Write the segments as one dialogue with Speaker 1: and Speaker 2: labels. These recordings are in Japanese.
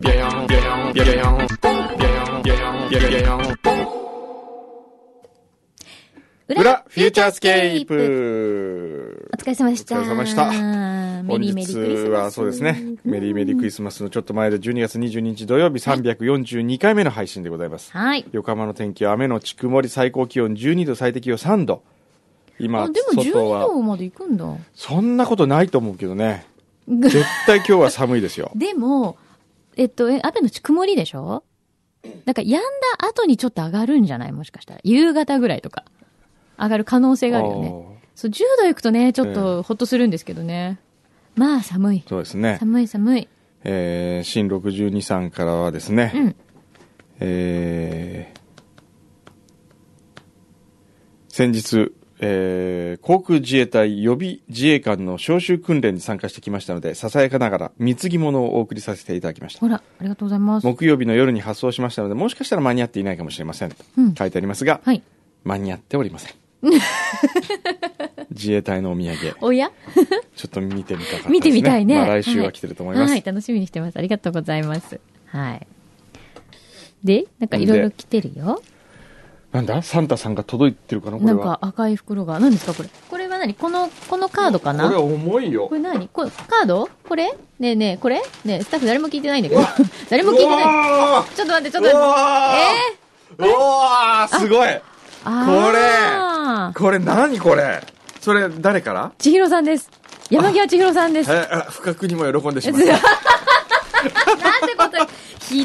Speaker 1: ビャヤンビャヤンビャヤンビャヤンビャヤンビャヤン裏フューチャースケー。プ
Speaker 2: お疲れ様でした。
Speaker 1: お疲れ様でした
Speaker 2: メ
Speaker 1: 本
Speaker 2: リ
Speaker 1: 日
Speaker 2: ーメリークリスマス。
Speaker 1: はそうですね、メリーメリークリスマスのちょっと前で12月22日土曜日342回目の配信でございます。
Speaker 2: はい。
Speaker 1: 横浜の天気は雨のち曇り最高気温12度最低気温3度。今
Speaker 2: あ、でも12
Speaker 1: 外
Speaker 2: 度
Speaker 1: は、
Speaker 2: まで行くんだ。。
Speaker 1: そんなことないと思うけどね。絶対今日は寒いですよ
Speaker 2: でも、えっと、え雨のち曇りでしょなんか、止んだ後にちょっと上がるんじゃないもしかしたら。夕方ぐらいとか。上がる可能性があるよね。
Speaker 1: あ
Speaker 2: そう、10度行くとね、ちょっとほっとするんですけどね。まあ、寒い
Speaker 1: ー。そうですね。
Speaker 2: 寒い寒い。
Speaker 1: えー、新62さんからはですね、
Speaker 2: うん
Speaker 1: えー先日、えー航空自衛隊予備自衛官の招集訓練に参加してきましたので、ささやかながら貢ぎ物をお送りさせていただきました。
Speaker 2: ほら、ありがとうございます。
Speaker 1: 木曜日の夜に発送しましたので、もしかしたら間に合っていないかもしれません。と
Speaker 2: うん
Speaker 1: 書いてありますが、
Speaker 2: はい。
Speaker 1: 間に合っておりま せん。自衛隊のお土産、
Speaker 2: おや
Speaker 1: ちょっと見てみたかったですね。
Speaker 2: 見てみたいね。
Speaker 1: まあ来週は来てると思います。
Speaker 2: はい、はい楽しみにしてます。ありがとうございます。はい。で、なんかいろいろ来てるよ。
Speaker 1: なんだサンタさんが届いてるかなこれ
Speaker 2: な
Speaker 1: は。
Speaker 2: んか赤い袋が。何ですかこれ。これは何この、このカードかな
Speaker 1: これ
Speaker 2: こ
Speaker 1: 重いよ。
Speaker 2: れ何これ、カードこれねえねえ、これねえ、スタッフ誰も聞いてないんだけど。誰も聞いてない。
Speaker 1: い。
Speaker 2: ちょっと待って、ち
Speaker 1: う
Speaker 2: ょっと待って。
Speaker 1: わーうわーすごい
Speaker 2: あー
Speaker 1: これ何これそれ誰から
Speaker 2: 千尋さんです。山際千尋さんです。
Speaker 1: えあ不覚にも喜んでしまった。
Speaker 2: なんてことに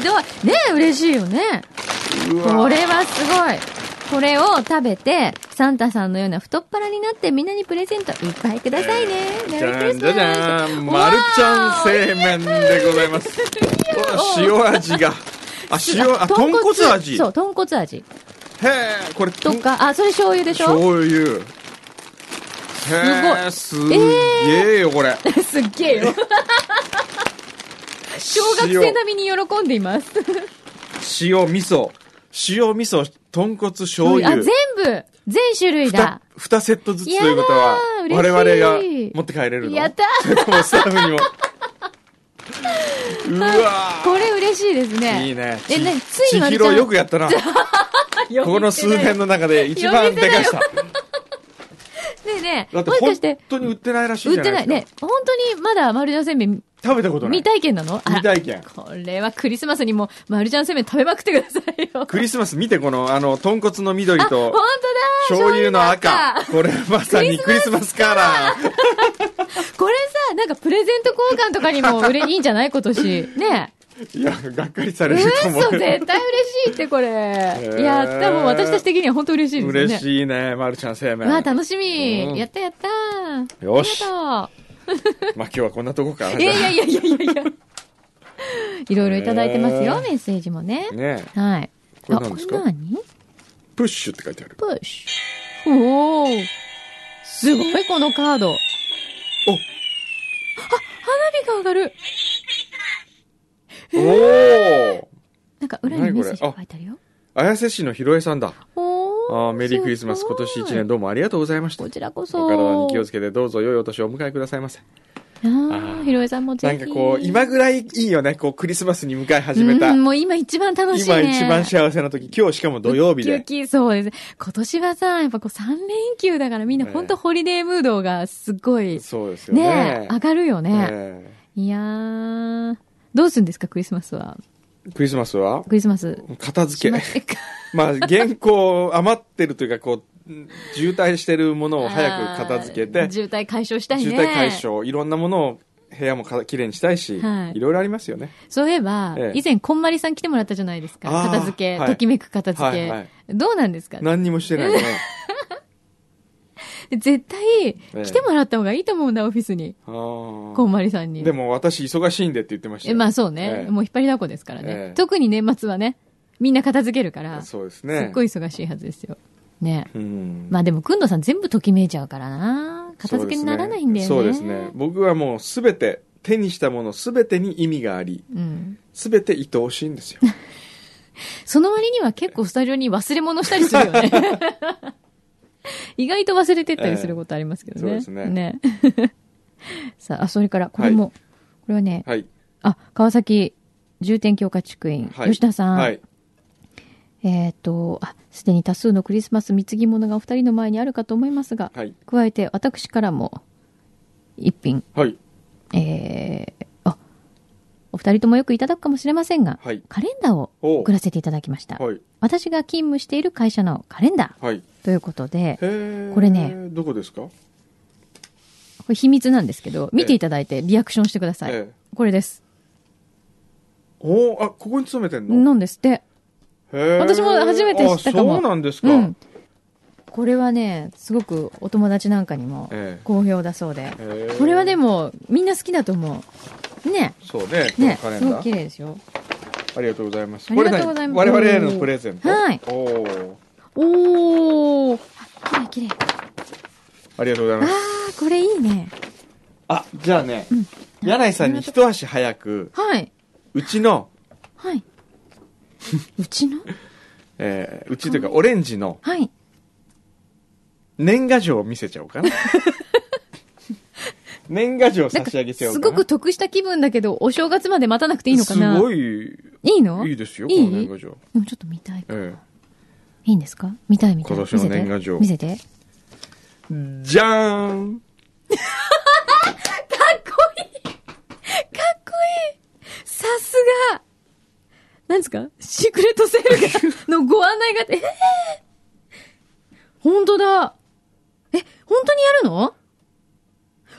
Speaker 2: ひどい。ねえ、嬉しいよね。
Speaker 1: うわー
Speaker 2: これはすごい。これを食べて、サンタさんのような太っ腹になってみんなにプレゼントいっぱいくださいね。メ
Speaker 1: じ
Speaker 2: リーク
Speaker 1: ゃ
Speaker 2: リ
Speaker 1: ん
Speaker 2: ス
Speaker 1: じゃじ
Speaker 2: マ
Speaker 1: ゃ
Speaker 2: ス
Speaker 1: ん。マルちゃん
Speaker 2: わ
Speaker 1: 製麺でございます。うわ塩味が。あ、
Speaker 2: ー
Speaker 1: 塩、あ、豚骨味。へ
Speaker 2: そう、豚骨味。
Speaker 1: え、これ、
Speaker 2: とか、あ、それ醤油でしょ
Speaker 1: 醤油。へえ、すげえよ、これ。
Speaker 2: すっげえ よ。 小学生並みに喜んでいます。
Speaker 1: 塩、味噌、塩、味噌、豚骨、醤油。
Speaker 2: あ、全部、全種類だ。
Speaker 1: 2セットずつということは、
Speaker 2: や
Speaker 1: 我
Speaker 2: だ
Speaker 1: 々
Speaker 2: ー
Speaker 1: が
Speaker 2: 嬉しい
Speaker 1: 持って帰れるの
Speaker 2: やった
Speaker 1: それともスタッフにも。う わ
Speaker 2: これ嬉しいです
Speaker 1: ー
Speaker 2: ね。
Speaker 1: いいね。
Speaker 2: え、なに、つい
Speaker 1: ち
Speaker 2: にま
Speaker 1: ひ
Speaker 2: るちゃ
Speaker 1: ろ
Speaker 2: ん
Speaker 1: よくやったな。 こ
Speaker 2: 呼び
Speaker 1: この
Speaker 2: 捨
Speaker 1: 数
Speaker 2: てだよ
Speaker 1: 年の中で一番でかした。
Speaker 2: ねえねえ、
Speaker 1: だって
Speaker 2: もしかして
Speaker 1: 本、当に売ってないらしいじ
Speaker 2: 売
Speaker 1: ゃ
Speaker 2: っ
Speaker 1: な
Speaker 2: て
Speaker 1: いで
Speaker 2: な
Speaker 1: すか。
Speaker 2: い。ねえ、本当にまだ丸女せんべい
Speaker 1: 食べたことない。
Speaker 2: 未体験なのあら
Speaker 1: 未体験
Speaker 2: これはクリスマスにも、マルちゃんせめ食べまくってくださいよ。
Speaker 1: クリスマス見てこの、あの、豚骨の緑
Speaker 2: 本
Speaker 1: と
Speaker 2: 当だ、
Speaker 1: 醤油の
Speaker 2: 醤
Speaker 1: 赤。
Speaker 2: 油の
Speaker 1: これまさにクリスマスカラー。
Speaker 2: 赤これさ、なんかプレゼント交換とかにも 売れ、いいんじゃない今年。ねえ。
Speaker 1: いや、がっかりされると思
Speaker 2: 嘘、
Speaker 1: う。
Speaker 2: 絶対嬉しいってこれ。
Speaker 1: ー
Speaker 2: やった、もう私たち的には本当嬉しいですね。
Speaker 1: 嬉しいね、まるちゃん生命。
Speaker 2: わあ、
Speaker 1: まあ
Speaker 2: 楽しみ、
Speaker 1: うん
Speaker 2: やったやった
Speaker 1: よし
Speaker 2: ありがと
Speaker 1: 今日はこんなとこかな。
Speaker 2: う。いやいやいやいやいやいや。いろいろいただいてますよ、
Speaker 1: えー
Speaker 2: メッセージもね。
Speaker 1: ね
Speaker 2: はい。
Speaker 1: これ何ですか
Speaker 2: あこれ何
Speaker 1: プッシュって書いてある。
Speaker 2: プッシュ。おー。すごい、このカード。おあ、花火が上がる。
Speaker 1: おお
Speaker 2: なんか裏にメッセージが
Speaker 1: 何これあ
Speaker 2: 書いてあるよ。
Speaker 1: 綾瀬市のひろえさんだ。
Speaker 2: おー。
Speaker 1: あーメリークリスマス
Speaker 2: す
Speaker 1: 今
Speaker 2: ごい
Speaker 1: 年一年どうもありがとうございました。
Speaker 2: こちらこそ。
Speaker 1: お体に気をつけてどうぞ良いお年をお迎えくださいませ。
Speaker 2: あ
Speaker 1: あー
Speaker 2: ー、ひろえさんもぜ
Speaker 1: な
Speaker 2: ひ。
Speaker 1: んかこう、今ぐらいいいよね。こう、クリスマスに迎え始めた。
Speaker 2: うん、もう今一番楽しい、
Speaker 1: 今
Speaker 2: ね。
Speaker 1: 一番幸せな時。今日しかも土曜日
Speaker 2: ウ
Speaker 1: で。
Speaker 2: キウキそうですね。今年はさ、やっぱこう3連休だからみんな本当ホリデームードがすごい、
Speaker 1: そうですよ
Speaker 2: ね
Speaker 1: ね。
Speaker 2: 上がるよね。
Speaker 1: ね
Speaker 2: いやー、どうするんですか、クリスマスは。
Speaker 1: クリスマスは
Speaker 2: クリスマ ス。
Speaker 1: 片付け。
Speaker 2: しま
Speaker 1: まあ、現行余ってるというか、こう、渋滞してるものを早く片付け
Speaker 2: あ
Speaker 1: て
Speaker 2: ー、 渋滞解消したいね。
Speaker 1: 渋滞解消、いろんなものを部屋もかきれいにしたいし、
Speaker 2: はい
Speaker 1: いろいろありますよね。
Speaker 2: そういえば、
Speaker 1: ええ
Speaker 2: 以前、こんまりさん来てもらったじゃないですか。
Speaker 1: あー
Speaker 2: 片付け、
Speaker 1: はい
Speaker 2: ときめく片付け。
Speaker 1: はいはい
Speaker 2: どうなんですか
Speaker 1: 何にもしてないね。
Speaker 2: 絶対、来てもらった方がいいと思うんだ、オフィスに。
Speaker 1: あー
Speaker 2: こんまりさんに。
Speaker 1: でも私忙しいんでって言ってました
Speaker 2: え、
Speaker 1: よ。
Speaker 2: まあそうね。
Speaker 1: ええ
Speaker 2: もう引っ張りだこですからね、
Speaker 1: ええ
Speaker 2: 特に年末はね、みんな片付けるから、すっ
Speaker 1: そうですね。
Speaker 2: ごい忙しいはずですよ。ね。
Speaker 1: うん。
Speaker 2: まあでも、くんどさん全部ときめいちゃうからな。片付けにならないんだよね。
Speaker 1: そうですね。そうですね僕はもうすべて、手にしたものすべてに意味があり、
Speaker 2: うん。
Speaker 1: すべて愛おしいん ですよ。
Speaker 2: その割には結構スタジオに忘れ物したりするよね。 意外と忘れてったりすることありますけどね。
Speaker 1: ええそうです
Speaker 2: ね。 さあ、あそれから、これも、これはね、
Speaker 1: はい。
Speaker 2: あ、川崎重点強化地区員、
Speaker 1: はい
Speaker 2: 吉田さん。
Speaker 1: はい。
Speaker 2: えっ、と、あ、すでに多数のクリスマス貢ぎ物がお二人の前にあるかと思いますが、
Speaker 1: はい。
Speaker 2: 加えて私からも一品、
Speaker 1: はい。
Speaker 2: えーあ、お二人ともよくいただくかもしれませんが、
Speaker 1: はい。
Speaker 2: カレンダーを
Speaker 1: お
Speaker 2: 送らせていただきました。
Speaker 1: はい。
Speaker 2: 私が勤務している会社のカレンダ
Speaker 1: はい。
Speaker 2: ーということで、
Speaker 1: へー
Speaker 2: これね。
Speaker 1: どこですか
Speaker 2: これ秘密なんですけど、見ていただいてリアクションしてください。
Speaker 1: ええ
Speaker 2: これです。
Speaker 1: おーあ、ここに勤めてんの
Speaker 2: なんですって。
Speaker 1: へー
Speaker 2: 私も初めて知ったかも
Speaker 1: あそうなんですか。
Speaker 2: うん。これはね、すごくお友達なんかにも
Speaker 1: ええ
Speaker 2: 好評だそうで。
Speaker 1: へー
Speaker 2: これはでも、みんな好きだと思う。ね。
Speaker 1: そうね。この
Speaker 2: ね。
Speaker 1: カレ
Speaker 2: す
Speaker 1: ン
Speaker 2: ごく
Speaker 1: ダ
Speaker 2: 綺
Speaker 1: ー。
Speaker 2: 麗ですよ。
Speaker 1: ありがとうございます。
Speaker 2: ありがとうございます
Speaker 1: これ何我々へのプレゼント。
Speaker 2: はい
Speaker 1: おー
Speaker 2: おー。あ、綺麗綺麗。
Speaker 1: ありがとうござい
Speaker 2: あ
Speaker 1: ます。
Speaker 2: ー、これいいね。
Speaker 1: あ、じゃあね、
Speaker 2: うん
Speaker 1: 柳井さんに一足早く、
Speaker 2: はい。
Speaker 1: うちの、
Speaker 2: はい。うちの
Speaker 1: えーうちというかオレンジの
Speaker 2: はい。
Speaker 1: 年賀状を見せちゃおう かな。年賀状を差し上げちゃおう
Speaker 2: す
Speaker 1: かな。
Speaker 2: ごく得した気分だけど、お正月まで待たなくていいのかな
Speaker 1: すごい、
Speaker 2: いいの
Speaker 1: いいですよ、
Speaker 2: いい
Speaker 1: この年賀状。
Speaker 2: でもちょっと見たいか。
Speaker 1: え
Speaker 2: いいんですか見たい見たい。
Speaker 1: 今年の年賀状
Speaker 2: 見せて。見せて
Speaker 1: えじゃーん
Speaker 2: かっこいいかっこいいさすがなんですかシークレットセールがのご案内が、えー、本当だえ、本当にやるの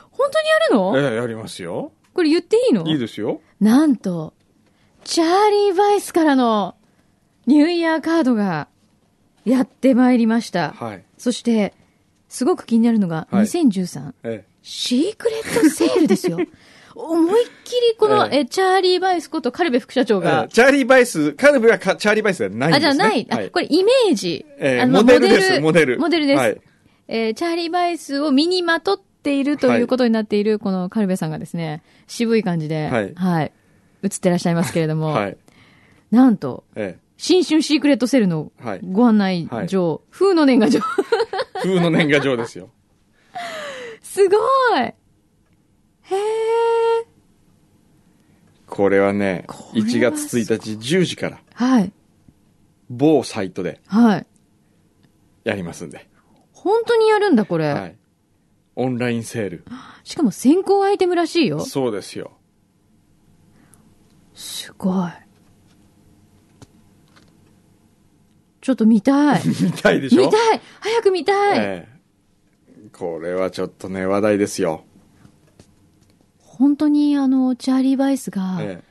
Speaker 2: 本当にやるの
Speaker 1: ええやりますよ。
Speaker 2: これ言っていいの
Speaker 1: いいですよ。
Speaker 2: なんと、チャーリー・バイスからのニューイヤーカードがやってまいりました。
Speaker 1: はい。
Speaker 2: そして、すごく気になるのが、
Speaker 1: はい
Speaker 2: 2013、
Speaker 1: え
Speaker 2: シークレットセールで すよ。思いっきりこの、
Speaker 1: ええ
Speaker 2: えチャーリー・バイスことカルベ副社長
Speaker 1: ええ
Speaker 2: が
Speaker 1: え、チャーリー・バイス、カルブはかチャーリー・バイスではないんで
Speaker 2: あ、
Speaker 1: す、
Speaker 2: じ
Speaker 1: ね。
Speaker 2: ゃあない、
Speaker 1: は
Speaker 2: あ、これイメージ。
Speaker 1: ええ
Speaker 2: あの
Speaker 1: モデルですモデル
Speaker 2: モデルです。
Speaker 1: はい
Speaker 2: えーチャーリー・バイスを身にまとっているということになっている、このカルベさんがですね、渋い感じで、は
Speaker 1: はいい。
Speaker 2: 映ってらっしゃいますけれども、
Speaker 1: はい。
Speaker 2: なんと、
Speaker 1: ええ
Speaker 2: 新春シークレットセールの
Speaker 1: はい
Speaker 2: ご案内状、風の年賀状。
Speaker 1: 風の年賀状ですよ。
Speaker 2: すごいへえ。
Speaker 1: これはね、
Speaker 2: これは
Speaker 1: 1月1日10時から、
Speaker 2: はい。
Speaker 1: 某サイトで
Speaker 2: はい。
Speaker 1: やりますんで。
Speaker 2: 本当にやるんだ、これ。
Speaker 1: はい。オンラインセール。
Speaker 2: しかも先行アイテムらしいよ。
Speaker 1: そうですよ。
Speaker 2: すごい。ちょっと見たい。
Speaker 1: 見たいでしょ
Speaker 2: 見たい早く見たい、
Speaker 1: ええこれはちょっとね、話題ですよ。
Speaker 2: 本当にあの、チャーリー・バイスが、
Speaker 1: え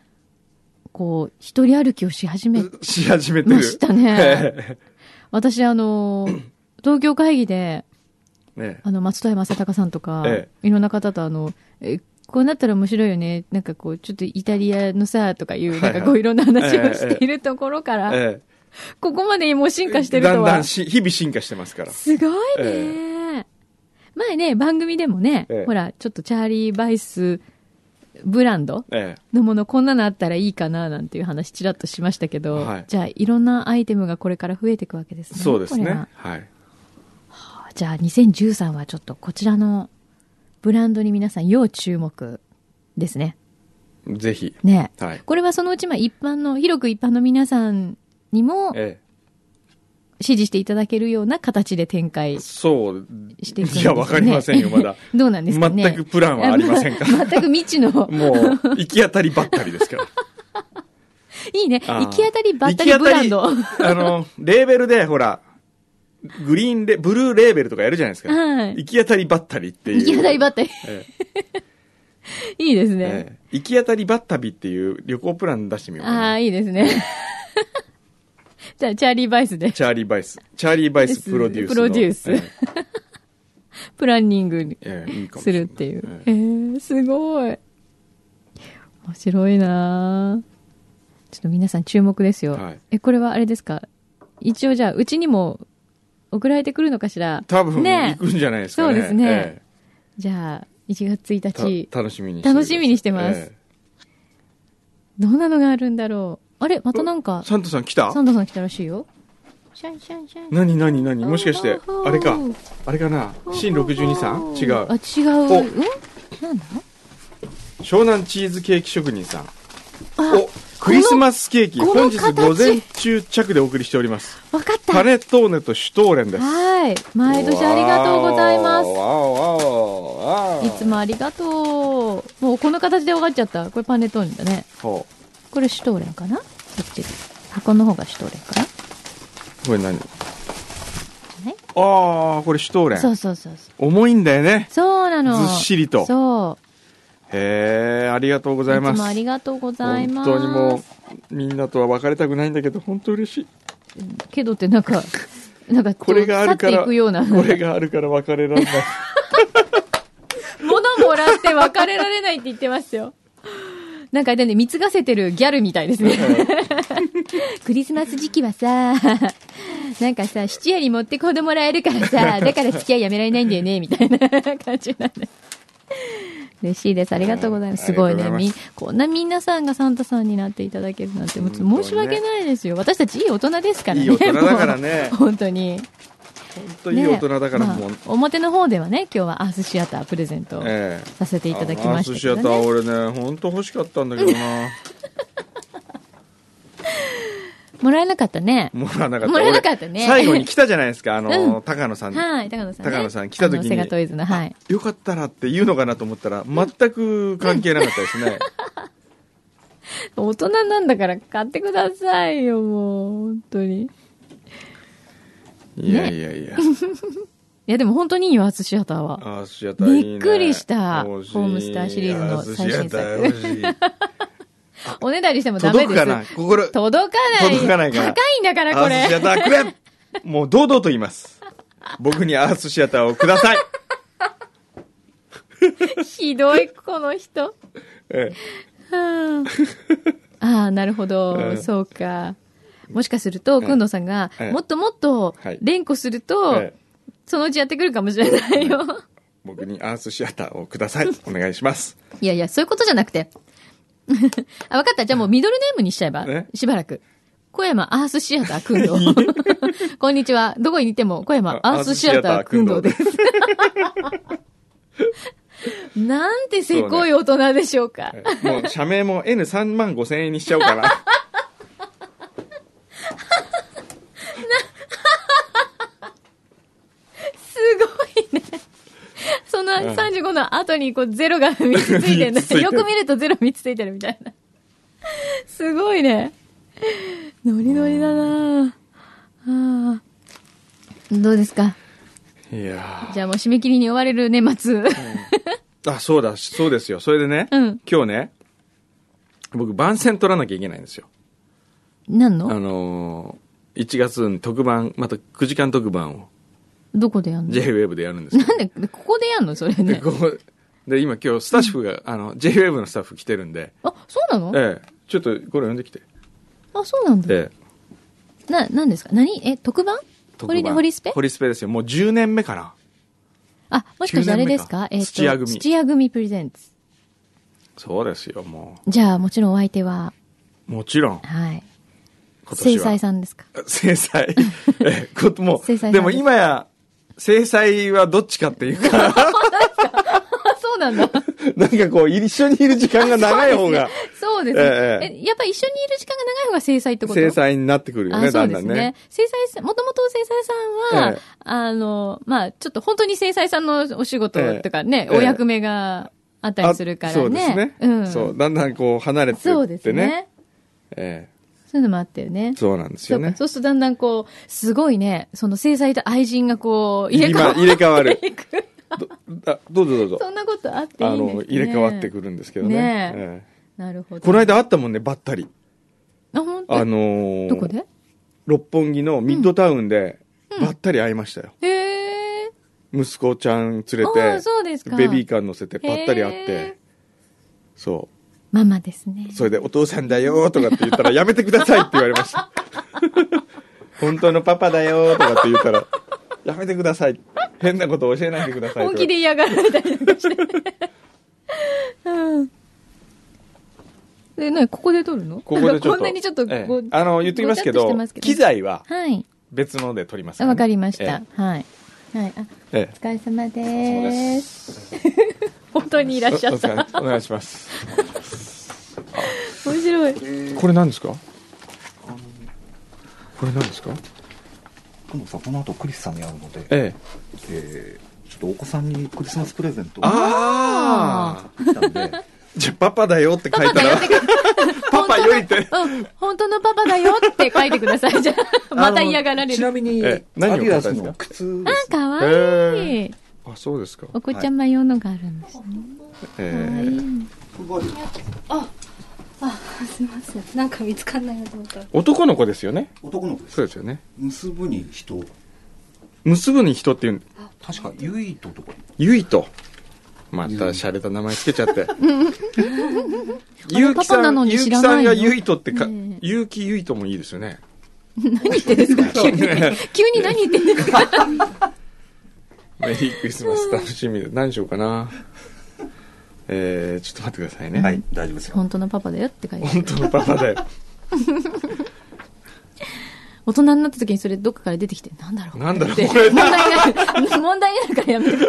Speaker 2: こう、一人歩きをし始め、
Speaker 1: えし始めてる。
Speaker 2: ましたね
Speaker 1: え
Speaker 2: 私あ の、東京会議で、
Speaker 1: えね
Speaker 2: あの、松任谷正隆さんとか、
Speaker 1: え
Speaker 2: いろんな方とあの、えこうなったら面白いよね。なんかこう、ちょっとイタリアのさ、とかいう、
Speaker 1: はいは
Speaker 2: ないんかこういろんな話
Speaker 1: え
Speaker 2: を
Speaker 1: え
Speaker 2: しているところから、
Speaker 1: え
Speaker 2: ここまでにもう進化して
Speaker 1: え
Speaker 2: る
Speaker 1: だ
Speaker 2: と
Speaker 1: んだん
Speaker 2: は。
Speaker 1: し日々進化してますから。
Speaker 2: すごいね、
Speaker 1: え
Speaker 2: 前ね、番組でもね、
Speaker 1: ええ
Speaker 2: ほら、ちょっとチャーリー・バイスブランド
Speaker 1: え
Speaker 2: のもの、こんなのあったらいいかな、なんていう話、ちらっとしましたけど、
Speaker 1: はい
Speaker 2: じゃあ、いろんなアイテムがこれから増えていくわけです
Speaker 1: え
Speaker 2: ね。
Speaker 1: そうです
Speaker 2: これ
Speaker 1: ね
Speaker 2: は。
Speaker 1: はい。
Speaker 2: じゃあ、2013はちょっとこちらのブランドに皆さん、要注目ですね。
Speaker 1: ぜひ。
Speaker 2: ね。
Speaker 1: はい。
Speaker 2: これはそのうち、まあ、一般の、広く一般の皆さんにも
Speaker 1: え
Speaker 2: 支持していただけるような形で展開
Speaker 1: えそう。
Speaker 2: していくんですね
Speaker 1: いや、わかりませんよ、まだ。
Speaker 2: どうなんですかね
Speaker 1: 全くプランはありませんか
Speaker 2: あま全く未知 の。
Speaker 1: もう、行き当たりばったりです から。
Speaker 2: いいね。
Speaker 1: あー
Speaker 2: 行き当たりばったりブランド。
Speaker 1: 行き当たりあの、レーベルで、ほら、グリーンレ、ブルーレーベルとかやるじゃないですか。
Speaker 2: はい
Speaker 1: 行き当たりばったりっていう。
Speaker 2: 行き当たりばったり。
Speaker 1: ええ
Speaker 2: いいですね。
Speaker 1: ええ行き当たりばったりっていう旅行プラン出してみようか
Speaker 2: あ
Speaker 1: な。
Speaker 2: あ、いいですね。 じゃあ、チャーリー・バイスで。
Speaker 1: チャーリー・バイス。チャーリー・バイスプロデュースの。
Speaker 2: プロデュース
Speaker 1: ええ
Speaker 2: プランニングに
Speaker 1: ええいいかもし
Speaker 2: す
Speaker 1: れな
Speaker 2: る
Speaker 1: い
Speaker 2: っていう。
Speaker 1: え
Speaker 2: え
Speaker 1: え
Speaker 2: ー、すごい。面白いなあちょっと皆さん注目ですよ。
Speaker 1: はい
Speaker 2: え、これはあれですか一応じゃあ、うちにも送られてくるのかしら
Speaker 1: 多分、
Speaker 2: ね
Speaker 1: 行くんじゃないですかね。
Speaker 2: そうですね
Speaker 1: え
Speaker 2: じゃあ、1月
Speaker 1: えた
Speaker 2: 1日、
Speaker 1: 楽しみに
Speaker 2: 楽しみにしてま
Speaker 1: え
Speaker 2: すどんなのがあるんだろう。あれまたなん
Speaker 1: え
Speaker 2: か、
Speaker 1: サンタさん来た
Speaker 2: サンタさん来たらしいよ。シャンシャンシャン。
Speaker 1: 何何何もしかして
Speaker 2: お、ー
Speaker 1: あれか。あれかな新62さん違
Speaker 2: あ、
Speaker 1: う。
Speaker 2: 違う。
Speaker 1: お
Speaker 2: うんなんだ
Speaker 1: 湘南チーズケーキ職人さん。
Speaker 2: あ
Speaker 1: お、クリスマスケーキ、
Speaker 2: この
Speaker 1: 本日
Speaker 2: この形
Speaker 1: 午前中着でお送りしております。
Speaker 2: わかった。
Speaker 1: パ
Speaker 2: は
Speaker 1: ネトーネとシュトーレンです。
Speaker 2: い。毎年ありがとうございま
Speaker 1: わ
Speaker 2: す。
Speaker 1: おわおわお
Speaker 2: いつもありがとう。もうこの形で分かっちゃった。これパネトーニだね。
Speaker 1: ほ
Speaker 2: これシュトーレンかなこっち。箱の方がシュトーレンかな
Speaker 1: うこれ何
Speaker 2: ね
Speaker 1: ああこれシュトーレ
Speaker 2: そう
Speaker 1: ン
Speaker 2: そうそうそう。
Speaker 1: 重いんだよね
Speaker 2: そうなの。
Speaker 1: ずっしりと
Speaker 2: そ
Speaker 1: へえありがとうご
Speaker 2: う。
Speaker 1: ざいます
Speaker 2: つもありがとうござい
Speaker 1: 本
Speaker 2: ます。
Speaker 1: 当にもうみんなとは別れたくないんだけど本当嬉しい
Speaker 2: けどってな んか、なんか、
Speaker 1: これがあるか
Speaker 2: 去っ
Speaker 1: ら
Speaker 2: ていくような。
Speaker 1: これがあるから別れられない
Speaker 2: 物もらって別れられないって言ってま すよ。なんかでね、貢がせてるギャルみたいで すね。クリスマス時期はさ、 なんかさ、質屋に持って子供らえるから さ、だから付き合いやめられないんだよね、みたいな 感じなんで。嬉しいです。ありがとうございます。
Speaker 1: あ
Speaker 2: す
Speaker 1: りが
Speaker 2: ご
Speaker 1: と
Speaker 2: いう
Speaker 1: ござ
Speaker 2: ね。
Speaker 1: います
Speaker 2: み、こんなみんなさんがサンタさんになっていただけるなんて、もう
Speaker 1: 本当にね
Speaker 2: 申し訳ないですよ。私たちいい大人ですからね。
Speaker 1: いい大人だからね
Speaker 2: もう本当に。
Speaker 1: 本当にいい大人だから
Speaker 2: ね
Speaker 1: もう
Speaker 2: まあ表の方ではね、今日はアースシアタープレゼントを
Speaker 1: ええ
Speaker 2: させていただきましたけど
Speaker 1: あのアースシアター
Speaker 2: ね。
Speaker 1: 俺ね本当欲しかったんだけど な
Speaker 2: もらえなかったね。
Speaker 1: もらわなかった
Speaker 2: もらわなかったね
Speaker 1: 俺最後に来たじゃないですかあの、
Speaker 2: うん
Speaker 1: 高野さん
Speaker 2: はい、高野さん、ね。
Speaker 1: 高野さん来た時に
Speaker 2: あのセガトイズの、はい。
Speaker 1: よかったらって言うのかなと思ったら、全く関係なかったです ね。
Speaker 2: 大人なんだから買ってくださいよ、もう。本当に。い
Speaker 1: いやいやいや。
Speaker 2: や、でも本当にいいよ、アースシアターは。
Speaker 1: アースシアターいいね
Speaker 2: びっくりした
Speaker 1: 欲しい
Speaker 2: ホームスターシリーズの最新作
Speaker 1: アースシアター欲しい
Speaker 2: おねだりして もダメ
Speaker 1: 届
Speaker 2: で
Speaker 1: く
Speaker 2: す。
Speaker 1: かな心、ア
Speaker 2: 届かない。
Speaker 1: 届かないから
Speaker 2: 高いんだから、こ
Speaker 1: ースシア
Speaker 2: れ。
Speaker 1: ターくれもう堂々と言います。僕にアースシアターをくだ さい。
Speaker 2: ひどい、この人。
Speaker 1: え
Speaker 2: はあああ、なるほど、
Speaker 1: うん
Speaker 2: そうか。もしかすると、くんどさんが
Speaker 1: ええ、
Speaker 2: もっともっと
Speaker 1: はい、
Speaker 2: 連呼する
Speaker 1: え
Speaker 2: と、
Speaker 1: ええ
Speaker 2: そのうちやってくるかもしれないよ。
Speaker 1: 僕にアースシアターをください。お願いします。
Speaker 2: いやいや、そういうことじゃなくて。 あ、わかった。じゃあもうミドルネームにしちゃえば
Speaker 1: え、
Speaker 2: しばらく。小山アースシ アターくんどう。こんにちは。どこにいても小山アースシアターくんどうです。 なんてせこい大人でしょうか。
Speaker 1: ええもう社名も N3 万5千円にしちゃおうかな。
Speaker 2: すごいね。その35の後にこうゼロが3つついてる
Speaker 1: 三つついて
Speaker 2: ね。
Speaker 1: る
Speaker 2: よく見るとゼロ3つついてるみたいな。すごいね。ノリノリだなああどうですか
Speaker 1: いや
Speaker 2: じゃあもう締め切りに追われる年末。
Speaker 1: ーあ、そうだ、そうですよ。それでね、
Speaker 2: うん
Speaker 1: 今日ね、僕番宣取らなきゃいけないんですよ。
Speaker 2: 何
Speaker 1: あ
Speaker 2: の
Speaker 1: のー、1月に特番、また9時間特番を
Speaker 2: どこでやんの
Speaker 1: JWAVE でやるんですけ
Speaker 2: なんで、ここでやんのそれ
Speaker 1: ど、で
Speaker 2: ね。
Speaker 1: ここで今今日スタッフが、あの JWAVE のスタッフ来てるんで、
Speaker 2: あ、そうなの
Speaker 1: ええ、ちょっとこれ読んできて、
Speaker 2: あ、そうなんだ。
Speaker 1: ええ、
Speaker 2: な、何ですか何え、特番これで
Speaker 1: 番
Speaker 2: ホリスペ
Speaker 1: ホリスペですよもう10年目かな
Speaker 2: あ、もしかしてあれですか
Speaker 1: 9年目か土屋組
Speaker 2: 土屋組プレゼンツ。
Speaker 1: そうですよも
Speaker 2: じゃあもちろんお相手は、
Speaker 1: うもちろん
Speaker 2: はい。
Speaker 1: 今
Speaker 2: 制
Speaker 1: 年は
Speaker 2: 裁さんですか
Speaker 1: 制裁 ええことも
Speaker 2: 制裁さんで
Speaker 1: で
Speaker 2: す
Speaker 1: も今や制裁はどっちかっていうか
Speaker 2: あ、 そうなんだ。
Speaker 1: なんかこう一緒にいる時間が長い方が
Speaker 2: そうですね。
Speaker 1: ええ
Speaker 2: え、やっぱ一緒にいる時間が長い方が制裁ってこと
Speaker 1: 制裁になってくるよね
Speaker 2: あそ
Speaker 1: だ
Speaker 2: うんで
Speaker 1: だ
Speaker 2: す
Speaker 1: んね
Speaker 2: ね。制裁さん、もともと制裁さんは、
Speaker 1: ええ
Speaker 2: あの、まあ、ちょっと本当に制裁さんのお仕事とかね、
Speaker 1: ええ
Speaker 2: お役目があったりするからね。
Speaker 1: あそうですね、
Speaker 2: うん。
Speaker 1: そうだんだんこう離れてってね
Speaker 2: そうですね。
Speaker 1: え
Speaker 2: そういうのもあったよね
Speaker 1: え。そうなんですよ
Speaker 2: そう
Speaker 1: ね
Speaker 2: かそうするとだんだんこう、すごいね、その制裁と愛人がこう、入れ替
Speaker 1: 今
Speaker 2: わっ
Speaker 1: 入れ替わる
Speaker 2: ていく。
Speaker 1: どあどうぞどうぞ
Speaker 2: そんなことあっていい
Speaker 1: あ
Speaker 2: んです
Speaker 1: の
Speaker 2: ね。
Speaker 1: 入れ替わってくるんですけどね
Speaker 2: ねえ
Speaker 1: ええ
Speaker 2: なるほど。
Speaker 1: この間あったもんねばったり
Speaker 2: あ、本当
Speaker 1: あのー
Speaker 2: どこで
Speaker 1: 六本木のミッドタウンでばったり会いましたよ、
Speaker 2: へえ。
Speaker 1: 息子ちゃん連れ
Speaker 2: あ
Speaker 1: て
Speaker 2: あ、そうですか。
Speaker 1: ベビーカー乗せてばったり会っ
Speaker 2: へ
Speaker 1: て、そ
Speaker 2: ママですね
Speaker 1: う。。それで、お父さんだよーとかって言ったら、やめてくださいって言われま した。本当のパパだよーとかって言ったら、やめてください。変なこと教えないでくださいと
Speaker 2: 本
Speaker 1: か
Speaker 2: 気で嫌がられたりなんかして。 うん。で、なに、ここで撮るの
Speaker 1: ここでちょっと。
Speaker 2: なんかこんなにちょっと
Speaker 1: ええ
Speaker 2: ご、
Speaker 1: あの、言っときますけ
Speaker 2: ごちゃ
Speaker 1: ど
Speaker 2: っとしてますけど
Speaker 1: 機材は
Speaker 2: はい。
Speaker 1: 別ので撮ります
Speaker 2: あわかりました。
Speaker 1: え
Speaker 2: はい。はい。あ、
Speaker 1: えええ
Speaker 2: お疲れ様で
Speaker 1: そう
Speaker 2: ー。
Speaker 1: です
Speaker 2: 本当にいらっしゃっ
Speaker 1: お
Speaker 2: た。
Speaker 1: お願いします。
Speaker 2: 面白い。
Speaker 1: これ何ですかこれ何ですか
Speaker 3: 今度さこの後クリスさんに会うので、
Speaker 1: ええ。
Speaker 3: えーちょっとお子さんにクリスマスプレゼントを
Speaker 1: ああ
Speaker 3: 来たんで
Speaker 1: じゃあパパだよって書いたら、 パパよりって。
Speaker 2: うん、本当のパパだよって書いてください。じゃあ、また嫌がられ
Speaker 3: あのちな
Speaker 2: る。
Speaker 3: みに、
Speaker 1: え何を
Speaker 3: アディダス
Speaker 1: 買ったん
Speaker 3: の
Speaker 1: で
Speaker 3: 靴
Speaker 2: あ
Speaker 3: です、ね、
Speaker 2: かわい
Speaker 1: あ、
Speaker 2: い。
Speaker 1: そうですか。
Speaker 2: お子ちゃま用のがあるんですね。かわい
Speaker 1: ええ。
Speaker 2: い。
Speaker 4: すいませんなんか見つかんないなと思ったら
Speaker 1: 男の子ですよね。
Speaker 3: 男の子です
Speaker 1: そうですよね。
Speaker 3: 結ぶに人
Speaker 1: 結ぶに人っていうん、
Speaker 3: 確かユイトとか
Speaker 1: ゆいと。また洒落た名前つけちゃ って。ゆうき
Speaker 2: あれパパ
Speaker 1: さ、
Speaker 2: なんのに
Speaker 1: ゆう
Speaker 2: 知
Speaker 1: き
Speaker 2: ら
Speaker 1: さ
Speaker 2: なんいの
Speaker 1: がゆいとってか
Speaker 2: ねえ、
Speaker 1: ゆうきゆいともいいですよね。
Speaker 2: 何言ってん ですか急に。急に何言ってんですか
Speaker 1: メリークリスマス楽しみで何しようかな。えー、ちょっと待ってくださいね。
Speaker 3: はい大丈夫です よ
Speaker 2: 本当のパパだよって書いてあ る
Speaker 1: 本当のパパだよ。
Speaker 2: 大人になった時にそれどっかから出てきて、なんだろう
Speaker 1: なんだろう、
Speaker 2: って
Speaker 1: これ。
Speaker 2: 問題になる、問題になるからやめてくれ。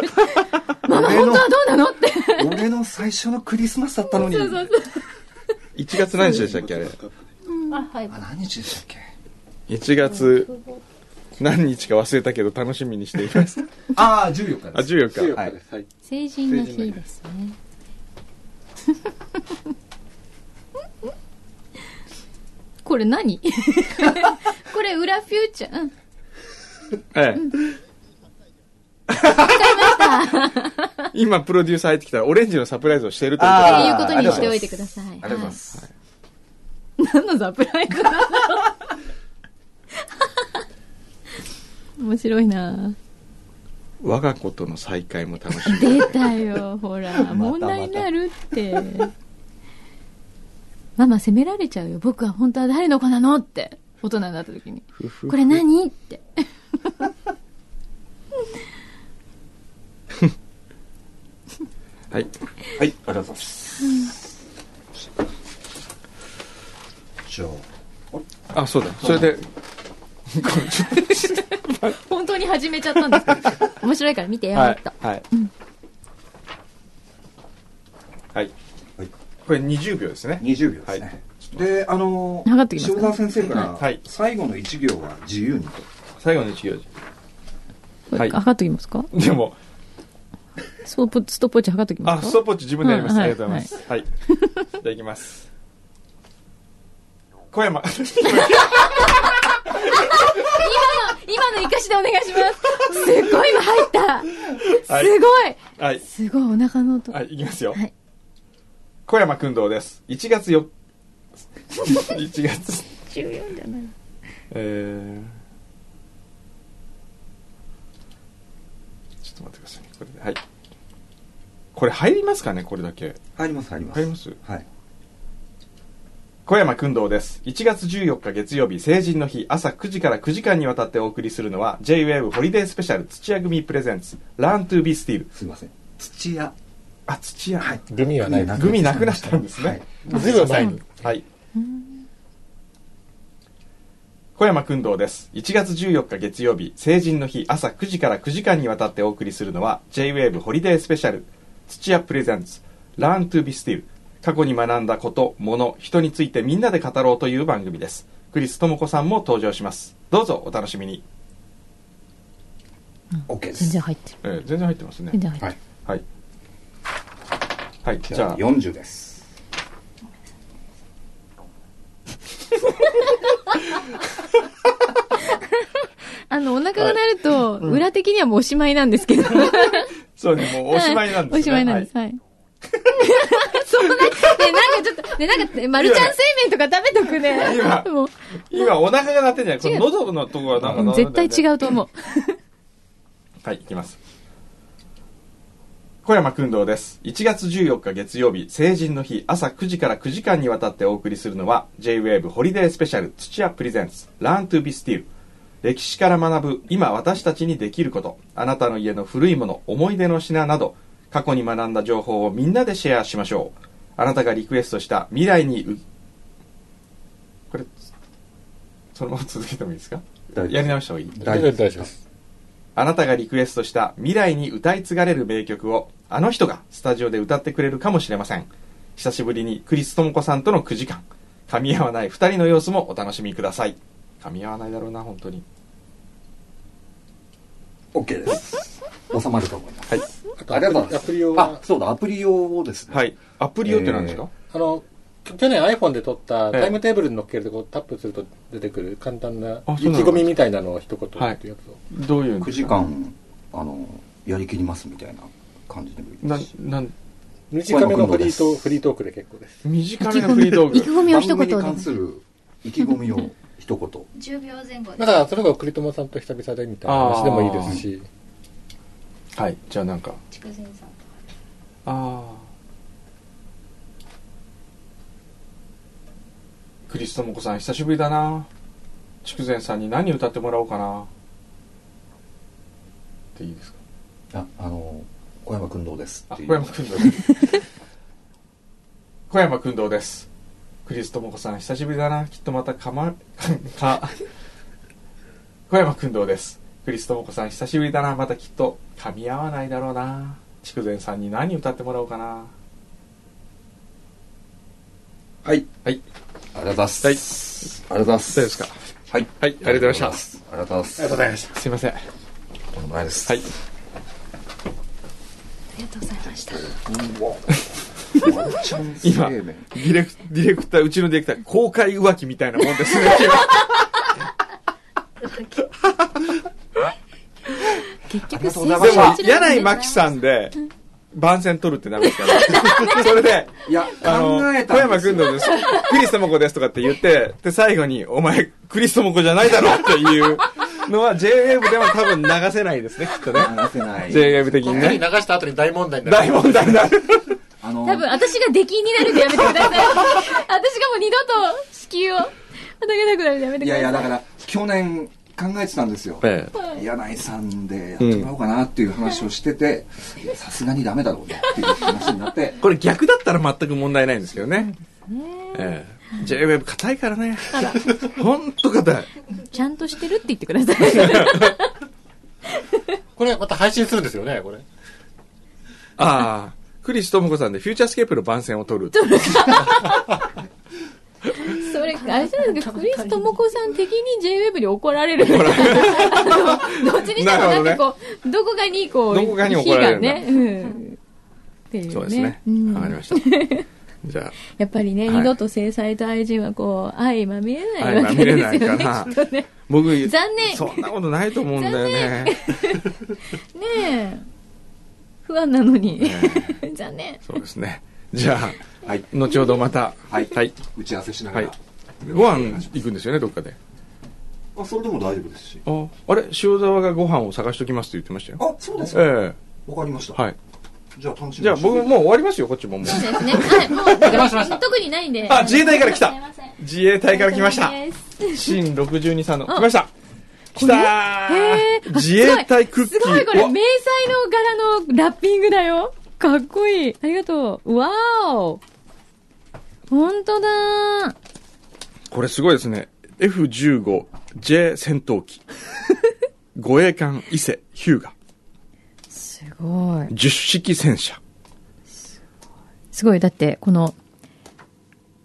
Speaker 2: ママ、本当はどうなのって。
Speaker 3: 俺の最初のクリスマスだったの に
Speaker 1: 1月何日でしたっけ、あれ。
Speaker 4: あはい
Speaker 3: あ何日でしたっけ
Speaker 1: 1月何日か忘れたけど楽しみにしています。
Speaker 3: ああ14日
Speaker 1: あ、14日。
Speaker 3: はい
Speaker 2: 成人の日ですね。 これ何 これ裏フューチャー、うん。
Speaker 1: ええ。 今、プロデューサー入ってきたら、オレンジのサプライズをしてるということ
Speaker 3: あ
Speaker 1: で
Speaker 3: ー
Speaker 2: っていうことにしておいてください。
Speaker 3: ありがとうございます、
Speaker 2: 何のサプライズなんだろう面白いな
Speaker 1: 我が子との再会も楽しみ。
Speaker 2: 出た よほら問題になるってママ責められちゃうよ僕は本当は誰の子なのって大人になった時に「これ何?」って
Speaker 1: はい。
Speaker 3: はい、ありがとうございます。じゃ
Speaker 1: あ、そうだ。それで、
Speaker 2: 本当に始めちゃったんですけ ど面白いから見てよ、
Speaker 1: は
Speaker 2: も
Speaker 1: い
Speaker 2: っと。
Speaker 1: はい。はい。
Speaker 3: はい
Speaker 1: これ20秒ですね
Speaker 3: あ、。20秒です
Speaker 1: はい
Speaker 3: ね。で、あの
Speaker 2: 上がってきますか
Speaker 3: 塩沢先生から、
Speaker 1: はい
Speaker 3: 最後の一行は自由にと。
Speaker 1: 最後の1行。
Speaker 2: これ
Speaker 1: はい
Speaker 2: 測っときますか
Speaker 1: でも、
Speaker 2: ストップストップウォッチ測っときま
Speaker 1: あ、
Speaker 2: すか
Speaker 1: ストップウォッチ自分でやりました。あ
Speaker 2: は
Speaker 1: り
Speaker 2: い
Speaker 1: がとうございます。はい。じゃあ行きます。小山。
Speaker 2: 今の今の生かしでお願いします すっごい今入った
Speaker 1: はい
Speaker 2: すごい
Speaker 1: はい。
Speaker 2: すごいお腹の音
Speaker 1: はい、行きますよ。
Speaker 2: はい
Speaker 1: 小山君堂です。1月よ、1月。14じゃない。 えー、ちょっと待ってくださいね。これで。はい。これ入りますかねこれだけ。
Speaker 3: 入ります、入ります。
Speaker 1: 入ります
Speaker 3: はい。
Speaker 1: 小山君堂です。1月14日月曜日、成人の日、朝9時から9時間にわたってお送りするのは、J-Wave ホリデースペシャル土屋組プレゼンツ、Learn to be Steel。
Speaker 3: すいません。土屋。
Speaker 1: あ、土屋。
Speaker 3: はい。
Speaker 5: グミはない
Speaker 3: な
Speaker 5: な。
Speaker 3: く
Speaker 1: グミなくなったんです
Speaker 3: は
Speaker 1: ね
Speaker 3: い。
Speaker 5: ずいぶん前に。
Speaker 1: はい。小山君堂です。1月14日月曜日、成人の日、朝9時から9時間にわたってお送りするのは、J-Wave ホリデースペシャル、土屋プレゼンツ、Learn to be still。過去に学んだこと、もの、人についてみんなで語ろうという番組です。クリス智子さんも登場します。どうぞお楽しみに。
Speaker 3: OK で
Speaker 2: 全
Speaker 3: す
Speaker 2: 然。入ってる
Speaker 1: えー全然入ってますね
Speaker 2: 全。然入って
Speaker 3: は
Speaker 2: る
Speaker 3: い。
Speaker 1: はい。はい、じ
Speaker 3: じ
Speaker 1: ゃ
Speaker 3: ゃ
Speaker 1: あ
Speaker 3: あ、、40です。
Speaker 2: あの、お腹が鳴ると、裏的にはもうおしまいなんですけど。
Speaker 1: そうね、 もうおしまいなんですね。
Speaker 2: おしまいなんです。はい。 そんな、ね、なんかちょっと、ね、なんか、マルちゃん製麺とか食べとくね。
Speaker 1: 今
Speaker 2: もう
Speaker 1: はい今お腹が鳴ってんじゃないこ
Speaker 2: 違う
Speaker 1: の喉のとこがなんか鳴るんだよね
Speaker 2: 絶対違うと思う。
Speaker 1: はい、いきます。小山君堂です1月14日月曜日成人の日朝9時から9時間にわたってお送りするのは J-WAVE ホリデースペシャル土屋プレゼンツ Learn to be still 歴史から学ぶ今私たちにできることあなたの家の古いもの思い出の品など過去に学んだ情報をみんなでシェアしましょうあなたがリクエストした未来にうこれそのまま続けてもいいですか
Speaker 3: 大丈夫
Speaker 1: やり直した方がいい
Speaker 3: 大丈夫
Speaker 5: 大丈夫です。
Speaker 1: あなたがリクエストした未来に歌い継がれる名曲をあの人がスタジオで歌ってくれるかもしれません久しぶりにクリス智子さんとの9時間噛み合わない2人の様子もお楽しみください噛み合わないだろうな本当に
Speaker 3: OK です収まると思います
Speaker 1: はい、
Speaker 5: あ
Speaker 3: ありがとうございます
Speaker 5: アプリ用
Speaker 3: あ
Speaker 5: は、
Speaker 3: そうだアプリ用をですね
Speaker 1: はい、アプリ用って何ですか、
Speaker 5: あの、去去年 iPhone で撮ったタイムテーブルに乗っけるとこうタップすると出てくる簡単な
Speaker 1: あ
Speaker 5: 意
Speaker 1: そうなの
Speaker 5: 気込みみたいなのを一言言ってやつを。
Speaker 1: どういう
Speaker 3: 9時間あのやりきりますみたいな感じでもいいで
Speaker 1: な
Speaker 3: すし
Speaker 1: なん
Speaker 5: 短めの
Speaker 3: これも今度
Speaker 5: フリート
Speaker 3: で
Speaker 5: ー
Speaker 3: す
Speaker 5: フリートークで結構です。
Speaker 1: 短めのフリート
Speaker 2: 意気
Speaker 1: ーク
Speaker 2: 込みを一
Speaker 3: 番組
Speaker 2: 言
Speaker 3: に
Speaker 2: で
Speaker 3: 関する意気込みを一言
Speaker 4: 10秒前後
Speaker 5: だ
Speaker 4: で
Speaker 5: か。ら、それが栗友さんと久々でみたいな話でもいいですし、
Speaker 1: はいじゃあなんか
Speaker 4: 筑前さんと。
Speaker 1: あークリストモコさん久しぶりだな筑前さんに何歌ってもらおうかなっていいですか
Speaker 3: ああの小山君どうです
Speaker 1: あ
Speaker 3: っていう
Speaker 1: 小山君堂です小山君堂ですクリストモコさん久しぶりだなきっとまたかまか小山君堂ですクリストモコさん久しぶりだなまたきっと噛み合わないだろうな筑前さんに何歌ってもらおうかな
Speaker 3: はい
Speaker 1: はい
Speaker 3: ありがとうございます、ありがとうございます
Speaker 1: 大丈夫ですか
Speaker 3: はい
Speaker 1: はいありがとうございました
Speaker 3: ありがとうご
Speaker 5: あ
Speaker 3: ざ
Speaker 5: りが
Speaker 3: います
Speaker 5: とうございました。
Speaker 1: すいませんは
Speaker 3: とんでもないです
Speaker 1: い
Speaker 4: ありがとうございました。
Speaker 3: ワンチャン生
Speaker 1: 今デ
Speaker 3: 命
Speaker 1: ィレクディレクターうちのディレクター公開浮気みたいなもんですね
Speaker 2: 結
Speaker 3: ありが
Speaker 2: 局、
Speaker 3: とうございま
Speaker 1: で
Speaker 3: し
Speaker 1: も
Speaker 3: た
Speaker 1: 柳井真紀さんで番宣取るってなるんですから それで
Speaker 3: いや
Speaker 1: あの
Speaker 3: 考えた
Speaker 1: 小山君
Speaker 3: の
Speaker 1: のですクリス智子ですとかって言ってで最後に「お前クリス智子じゃないだろ」っていうのは JWAVE では多分流せないですねきっとね
Speaker 3: 話せない
Speaker 1: JWAVE 的に
Speaker 5: やはり
Speaker 1: ね
Speaker 5: 流した後に大問題にな
Speaker 1: 大
Speaker 5: る。
Speaker 1: 問題になる
Speaker 3: あの
Speaker 2: 多分私が出禁になるんでやめてください私がもう二度と子宮を叩けなくなるんでやめて
Speaker 3: い
Speaker 2: くだ
Speaker 3: や
Speaker 2: さい
Speaker 3: いやだから去年考えてたんですよ、
Speaker 1: え
Speaker 3: 柳井さんでやってもらおうかなっていう話をしてていやさすがにダメだろうねっていう話になって
Speaker 1: これ逆だったら全く問題ないんですけどねええ JWAVE 硬いからね本当硬い
Speaker 2: ちゃんとしてるって言ってください
Speaker 5: これまた配信するんですよね、これ。
Speaker 1: ああ、クリス智子さんでフューチャースケープの番宣を取る。
Speaker 2: それあれじゃないですかクリス智子さん的に JWEB に怒ら れるあの どっちにしてもなんかこうどこかにこう
Speaker 1: どこかに怒られるんだ
Speaker 2: 火がね、うん、っていうね
Speaker 1: そうですね
Speaker 2: う。ん
Speaker 1: わかりました。 じゃ
Speaker 2: やっぱりね、
Speaker 1: はい
Speaker 2: 二度と制裁と愛人はこう相まみえない
Speaker 1: あ、
Speaker 2: わ
Speaker 1: 見
Speaker 2: け
Speaker 1: れ
Speaker 2: で
Speaker 1: な
Speaker 2: す
Speaker 1: い
Speaker 2: よ
Speaker 1: か
Speaker 2: ね
Speaker 1: な。
Speaker 2: きっとね
Speaker 1: 僕、
Speaker 2: 残念
Speaker 1: そんなことないと思うんだよね。
Speaker 2: ねえ不安なのに、 残念
Speaker 1: そうですね。じゃあ、
Speaker 3: はい
Speaker 1: 後ほどまた。
Speaker 3: はい、
Speaker 1: はい。
Speaker 3: 打ち合わせしなが
Speaker 1: は
Speaker 3: ら、
Speaker 1: い。ご飯行くんですよね、どっかで。
Speaker 3: あそれでも大丈夫ですし
Speaker 1: あ、あれ塩沢がご飯を探しときますって言ってましたよ。
Speaker 3: あそうですかわ、
Speaker 1: え
Speaker 3: かりまし
Speaker 1: え
Speaker 3: た、
Speaker 1: はい。
Speaker 3: じゃあ楽しみ
Speaker 1: じゃあ僕もう終わりますよ、こっちもも
Speaker 2: そう
Speaker 1: う。
Speaker 2: ですね。はい、 もう、
Speaker 5: 邪魔しました
Speaker 2: 特にないんで。
Speaker 1: あ、自衛隊から来
Speaker 4: す
Speaker 1: た
Speaker 4: いません。
Speaker 1: 自衛隊から来ました。
Speaker 2: へ
Speaker 1: 新62さんの、来ました来た
Speaker 2: え
Speaker 1: ー自衛隊クッキー
Speaker 2: すごい、こ
Speaker 1: う
Speaker 2: れ、
Speaker 1: わ
Speaker 2: 迷彩の柄のラッピングだよ。かっこいい。ありがとう。わーお。ほんとだー。
Speaker 1: これすごいですね。F15J 戦闘 機。護衛艦伊勢ヒューガ。
Speaker 2: すごい。
Speaker 1: 10式戦車。
Speaker 2: すごい。だって、この、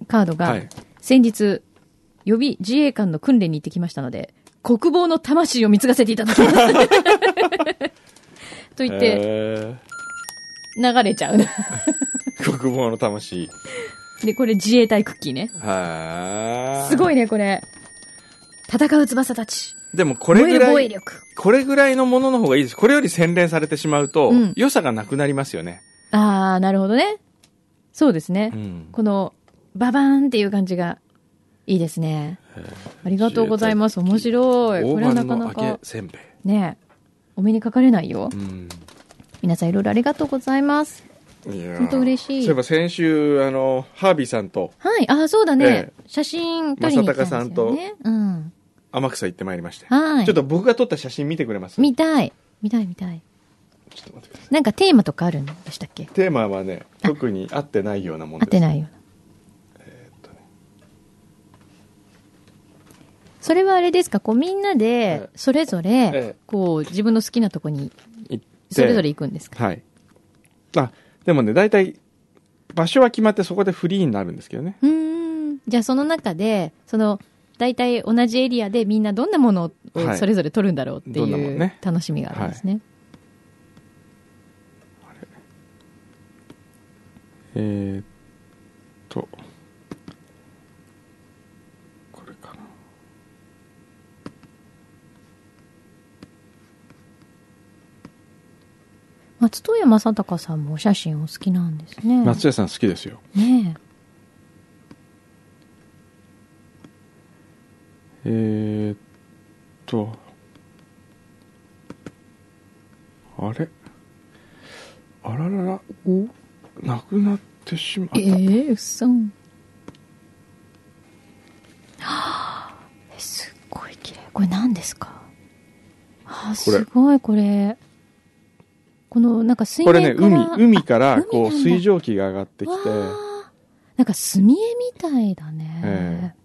Speaker 2: カード
Speaker 1: は
Speaker 2: が
Speaker 1: い、
Speaker 2: 先日、予備自衛官の訓練に行ってきましたので、国防の魂を貢がせていただきます。 と言って、
Speaker 1: え
Speaker 2: 流れちゃう。
Speaker 1: ー、国防の魂。
Speaker 2: で、これ自衛隊クッキーね。
Speaker 1: は
Speaker 2: すご
Speaker 1: い。
Speaker 2: いね、これ。戦う翼たち。
Speaker 1: でもこれ
Speaker 2: 燃
Speaker 1: ぐ
Speaker 2: える防
Speaker 1: ら
Speaker 2: 衛
Speaker 1: い、
Speaker 2: 力。
Speaker 1: これぐらいのものの方がいいです。これより洗練されてしまうと、
Speaker 2: うん
Speaker 1: 良さがなくなりますよね。
Speaker 2: あー、なるほどね。そうですね。
Speaker 1: うん。
Speaker 2: この、ババーンっていう感じが、いいですね。ありがとうございます。面白い。
Speaker 1: 大
Speaker 2: これは
Speaker 1: 判
Speaker 2: なか
Speaker 1: の
Speaker 2: な
Speaker 1: 揚げ
Speaker 2: か、
Speaker 1: せんべい。
Speaker 2: ねお目にかかれないよ
Speaker 1: う。ん。
Speaker 2: 皆さんいろいろありがとうございます。
Speaker 1: 本
Speaker 2: 本当嬉しい
Speaker 1: そういえば先週、あの、ハービーさんと
Speaker 2: はい、あ、そうだね
Speaker 1: え。
Speaker 2: 写真撮りに行ったんですよね。
Speaker 1: 正隆
Speaker 2: うん。
Speaker 1: 天草行ってまいりまして。
Speaker 2: はい。
Speaker 1: ちょっと僕が撮った写真見てくれます
Speaker 2: 見たい。見たい見たい。
Speaker 1: ちょっと待ってくださ
Speaker 2: なんかテーマとかあるんでしたっけ
Speaker 1: い。テーマはね、特に合ってないようなもんで
Speaker 2: 合っ
Speaker 1: す。
Speaker 2: てないような。
Speaker 1: とね
Speaker 2: それはあれですかこうみんなで
Speaker 5: え、
Speaker 2: それぞ
Speaker 5: え
Speaker 2: れ、こう自分の好きなとこに、
Speaker 1: 行って
Speaker 2: それぞれ行くんですか
Speaker 1: はい。あ、でもね、大体、場所は決まってそこでフリーになるんですけどね。
Speaker 2: うーん。じゃあその中で、その、大体同じエリアでみんなどんなもの
Speaker 1: は
Speaker 2: を
Speaker 1: い
Speaker 2: それぞれ撮るんだろうって
Speaker 1: どんなも
Speaker 2: い
Speaker 1: の
Speaker 2: う
Speaker 1: ね
Speaker 2: 楽しみがあるんですね。
Speaker 1: えー、っと、これかな。
Speaker 2: 松任谷正隆さんもお写真お好きなんですね。
Speaker 1: 松屋さん好きですよ。
Speaker 2: ね
Speaker 1: えー、
Speaker 2: え
Speaker 1: っと、あれあららら、おなくなってしまった。
Speaker 2: ええ嘘。はあえすっごい綺麗。これ何ですかあ、すごいこれ。この、なんか水
Speaker 1: これね、
Speaker 2: 面から
Speaker 1: 海、海から、
Speaker 2: あ
Speaker 1: こう、
Speaker 2: 海なんだ
Speaker 1: 水蒸気が上がってきて、
Speaker 2: わあなんか墨絵みたいだね。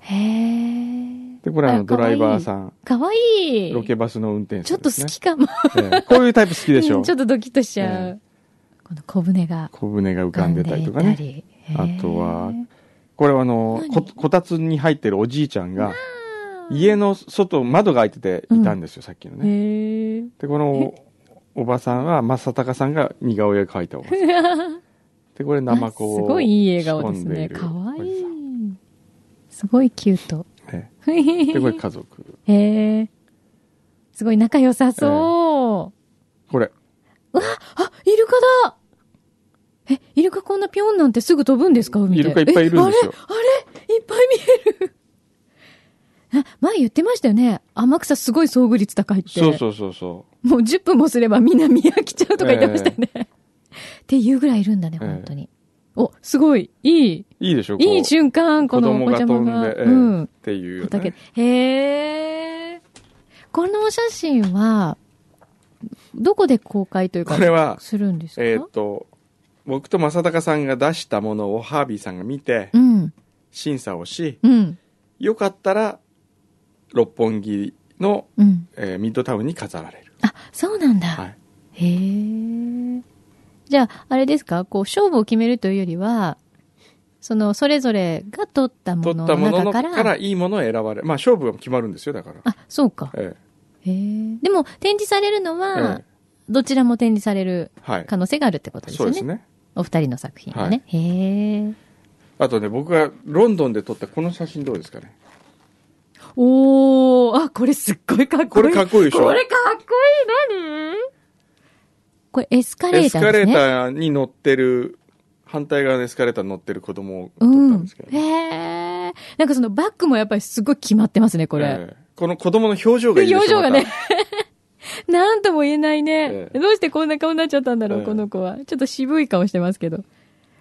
Speaker 2: へえ。
Speaker 1: で、これあの、
Speaker 2: あか
Speaker 1: ド
Speaker 2: わ
Speaker 1: ラ
Speaker 2: い
Speaker 1: イ
Speaker 2: い
Speaker 1: バーさん、
Speaker 2: かわいい。
Speaker 1: ロケバスの運転
Speaker 2: ちょ
Speaker 1: 手
Speaker 2: っと
Speaker 1: です
Speaker 2: 好
Speaker 1: ね。
Speaker 2: きかも。
Speaker 1: ええこういうタイプ好きでし
Speaker 2: う
Speaker 1: ょ
Speaker 2: んちょっとドキッとしちゃ
Speaker 1: え
Speaker 2: う。この小舟が
Speaker 1: 小舟が浮
Speaker 2: 浮
Speaker 1: か
Speaker 2: か
Speaker 1: ん
Speaker 2: ん
Speaker 1: でた
Speaker 2: でた
Speaker 1: り
Speaker 2: り
Speaker 1: とかね。
Speaker 2: へえ
Speaker 1: あとはこれはあの、こ、
Speaker 2: 何
Speaker 1: こたつに入ってるおじいちゃんが、家の外、窓が開いてていたんですよ、さっきのね。
Speaker 2: へえ。
Speaker 1: で、このおばさんは、正隆さんが似顔絵を描いたおばさん。 で、これ、ナマコを
Speaker 2: あすごいいい笑顔ですね。
Speaker 1: 仕
Speaker 2: か
Speaker 1: 込ん
Speaker 2: わ
Speaker 1: で
Speaker 2: い
Speaker 1: る
Speaker 2: い。すごいキュート。
Speaker 1: おじさんねで、これ、
Speaker 2: へ
Speaker 1: 家族。
Speaker 2: え。すごい仲良さそう。
Speaker 1: これ、
Speaker 2: あ、イルカだえ、イルカこんなピョンなんてすぐ飛ぶんですか海で。
Speaker 1: イルカいっぱいいるんですよ
Speaker 2: えあれあれいっぱい見え る。あ前言ってましたよね。天草すごい遭遇率高いって。
Speaker 1: そうそうそうそ
Speaker 2: もう10分もすればみんな見飽きちゃうとか言ってましたよね。っていうぐらいいるんだね、
Speaker 1: ええ
Speaker 2: 本当に。お、すごい、いい、
Speaker 1: う。いいでしょこう
Speaker 2: いい瞬間、こ
Speaker 1: 子
Speaker 2: の
Speaker 1: 供
Speaker 2: お
Speaker 1: が
Speaker 2: 邪
Speaker 1: 飛
Speaker 2: 魔
Speaker 1: ん
Speaker 2: が。
Speaker 1: で、ええ
Speaker 2: うん
Speaker 1: っ。ていうね、
Speaker 2: 畑へえ。このお写真は、どこで公開というか、
Speaker 1: これは
Speaker 2: するんですか
Speaker 1: えーっと、僕と正隆さんが出したものをハービーさんが見て、
Speaker 2: うん、
Speaker 1: 審査をし、
Speaker 2: うん、
Speaker 1: よかったら、六本木の、
Speaker 2: うん。
Speaker 1: えーミッドタウンに飾られる。
Speaker 2: あ、そうなんだ。
Speaker 1: はい。
Speaker 2: へえ。じゃあ、あれですかこう、勝負を決めるというよりは、その、それぞれが撮ったも
Speaker 1: 取
Speaker 2: の
Speaker 1: ったもの
Speaker 2: の中
Speaker 1: の
Speaker 2: か、
Speaker 1: かららいいものを選ばれ、まあ勝負が決まるんですよ、だから。
Speaker 2: あ、そうか。
Speaker 1: え
Speaker 2: へえ。でも、展示されるの
Speaker 1: え
Speaker 2: は
Speaker 1: ええ、
Speaker 2: どちらも展示される
Speaker 1: はい。
Speaker 2: 可能性があるってことです
Speaker 1: そ
Speaker 2: よ
Speaker 1: う
Speaker 2: ね。
Speaker 1: ですね。
Speaker 2: お二人の作品はね。へえ。
Speaker 1: あとね、僕がロンドンで撮ったこの写真どうですかね。
Speaker 2: おー、あ、これすっごいかっ
Speaker 1: こ
Speaker 2: こいい。
Speaker 1: れかっこいいでしょ
Speaker 2: これかっこいい、何これエスカレ
Speaker 1: エ
Speaker 2: ータ
Speaker 1: ス
Speaker 2: ー
Speaker 1: カレ
Speaker 2: です
Speaker 1: ー
Speaker 2: ね。
Speaker 1: ターに乗ってる、反対側のエスカレーターに乗ってる子供を撮った
Speaker 2: うんん
Speaker 1: ですけ。ど、
Speaker 2: へえ。なんかそのバックもやっぱりすごい決まってますね、これ。
Speaker 1: ええこの子供の表情がいいでしょ
Speaker 2: 表情がね
Speaker 1: また。
Speaker 2: なんとも言えないね
Speaker 1: え、え
Speaker 2: どうしてこんな顔になっちゃったんだろう、
Speaker 1: ええ
Speaker 2: この子は。ちょっと渋い顔してますけど。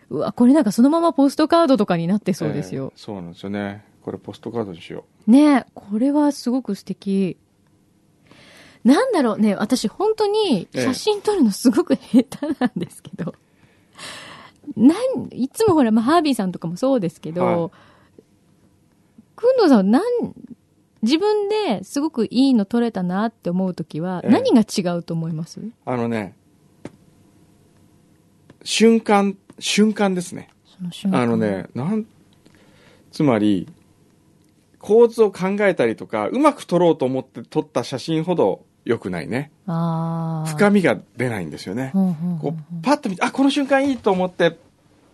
Speaker 2: うわ、これなんかそのままポストカードとかになってそうですよ
Speaker 1: ええ。そうなんですよね。これポストカードにしよ
Speaker 2: ねこれはすごく素敵。なんだろうね、私本当に
Speaker 1: ええ
Speaker 2: 写真撮るのすごく下手なんですけど。なん、いつもほら、まあ、ハービーさんとかもそうですけ
Speaker 1: は
Speaker 2: ど、くんどうさんはなん、自分ですごくいいの撮れたなって思うときは、
Speaker 1: ええ
Speaker 2: 何が違うと思います、
Speaker 1: う。あのね、瞬間、瞬間ですね。
Speaker 2: その瞬間。
Speaker 1: あのね、なん、つまり、構図を考えたりとか、うまく撮ろうと思って撮った写真ほど良くないね。
Speaker 2: あー。
Speaker 1: 深みが出ないんですよね。
Speaker 2: ほんほんほ
Speaker 1: こ
Speaker 2: んほん
Speaker 1: う、パッと見て、あ、この瞬間いいと思って、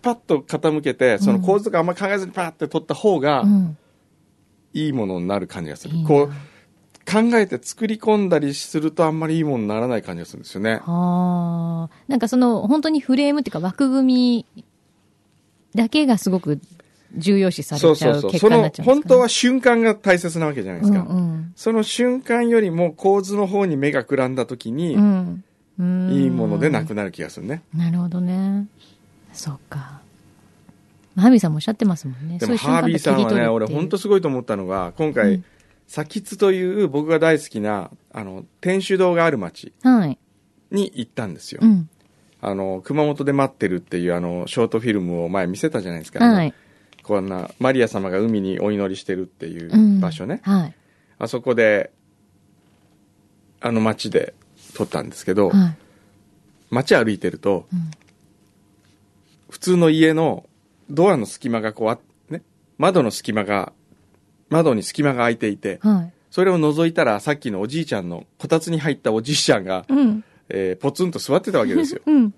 Speaker 1: パッと傾けて、その構図とかあんま考えずにパッて撮った方が
Speaker 2: う、ん
Speaker 1: いいものになる感じがする。
Speaker 2: いいな
Speaker 1: こう、考えて作り込んだりするとあんまりいいものにならない感じがするんですよね。
Speaker 2: ああ。なんかその、本当にフレームっていうか枠組みだけがすごく重要視され
Speaker 1: そう
Speaker 2: ち
Speaker 1: そ
Speaker 2: ゃ
Speaker 1: う
Speaker 2: う
Speaker 1: そう。
Speaker 2: 結
Speaker 1: そ
Speaker 2: 果に
Speaker 1: の
Speaker 2: なっちゃ、うん
Speaker 1: 本
Speaker 2: ですか
Speaker 1: 当
Speaker 2: ね、
Speaker 1: は瞬間が大切なわけじゃないですか。
Speaker 2: うん
Speaker 1: その瞬間よりも構図の方に目がくらんだ時に、
Speaker 2: うん。うん。うん
Speaker 1: いいものでなくなる気がするね
Speaker 2: なるほどねそうかハービーさんもおっしゃってますもんね
Speaker 1: で
Speaker 2: そ
Speaker 1: も
Speaker 2: ういう瞬
Speaker 1: ハー
Speaker 2: 間
Speaker 1: ビーさんはね俺本当
Speaker 2: そ
Speaker 1: すごいと思ったのが今回、
Speaker 2: うん
Speaker 1: サキツという僕が大好きなあの天主堂がある町
Speaker 2: はい
Speaker 1: に行ったんですよ、
Speaker 2: うん
Speaker 1: あの熊本で待ってるっていうあのショートフィルムを前見せたじゃないですか、
Speaker 2: はい
Speaker 1: こんなマリア様が海にお祈りしてるっていううん場所ね、
Speaker 2: はい
Speaker 1: あそこであの町で撮ったんですけど、
Speaker 2: はい
Speaker 1: 街歩いてると、
Speaker 2: うん
Speaker 1: 普通の家のドアの隙間がこうあ、ね、窓の隙間が窓に隙間が開いていて
Speaker 2: はい
Speaker 1: それを覗いたらさっきのおじいちゃんのこたつに入ったおじいちゃんが、
Speaker 2: うん
Speaker 1: えーポツンと座ってたわけですよ
Speaker 2: うん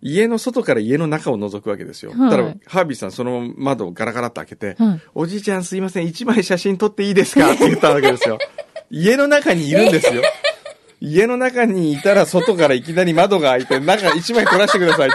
Speaker 1: 家の外から家の中を覗くわけですよ、
Speaker 2: はい
Speaker 1: たらハービーさんその窓をガラガラっと開けて、
Speaker 2: はい
Speaker 1: おじいちゃんすいません、一枚写真撮っていいですかって言ったわけです よ。家の中にいるんですよ。家の中にいたら外からいきなり窓が開いて、中一枚撮らせてください。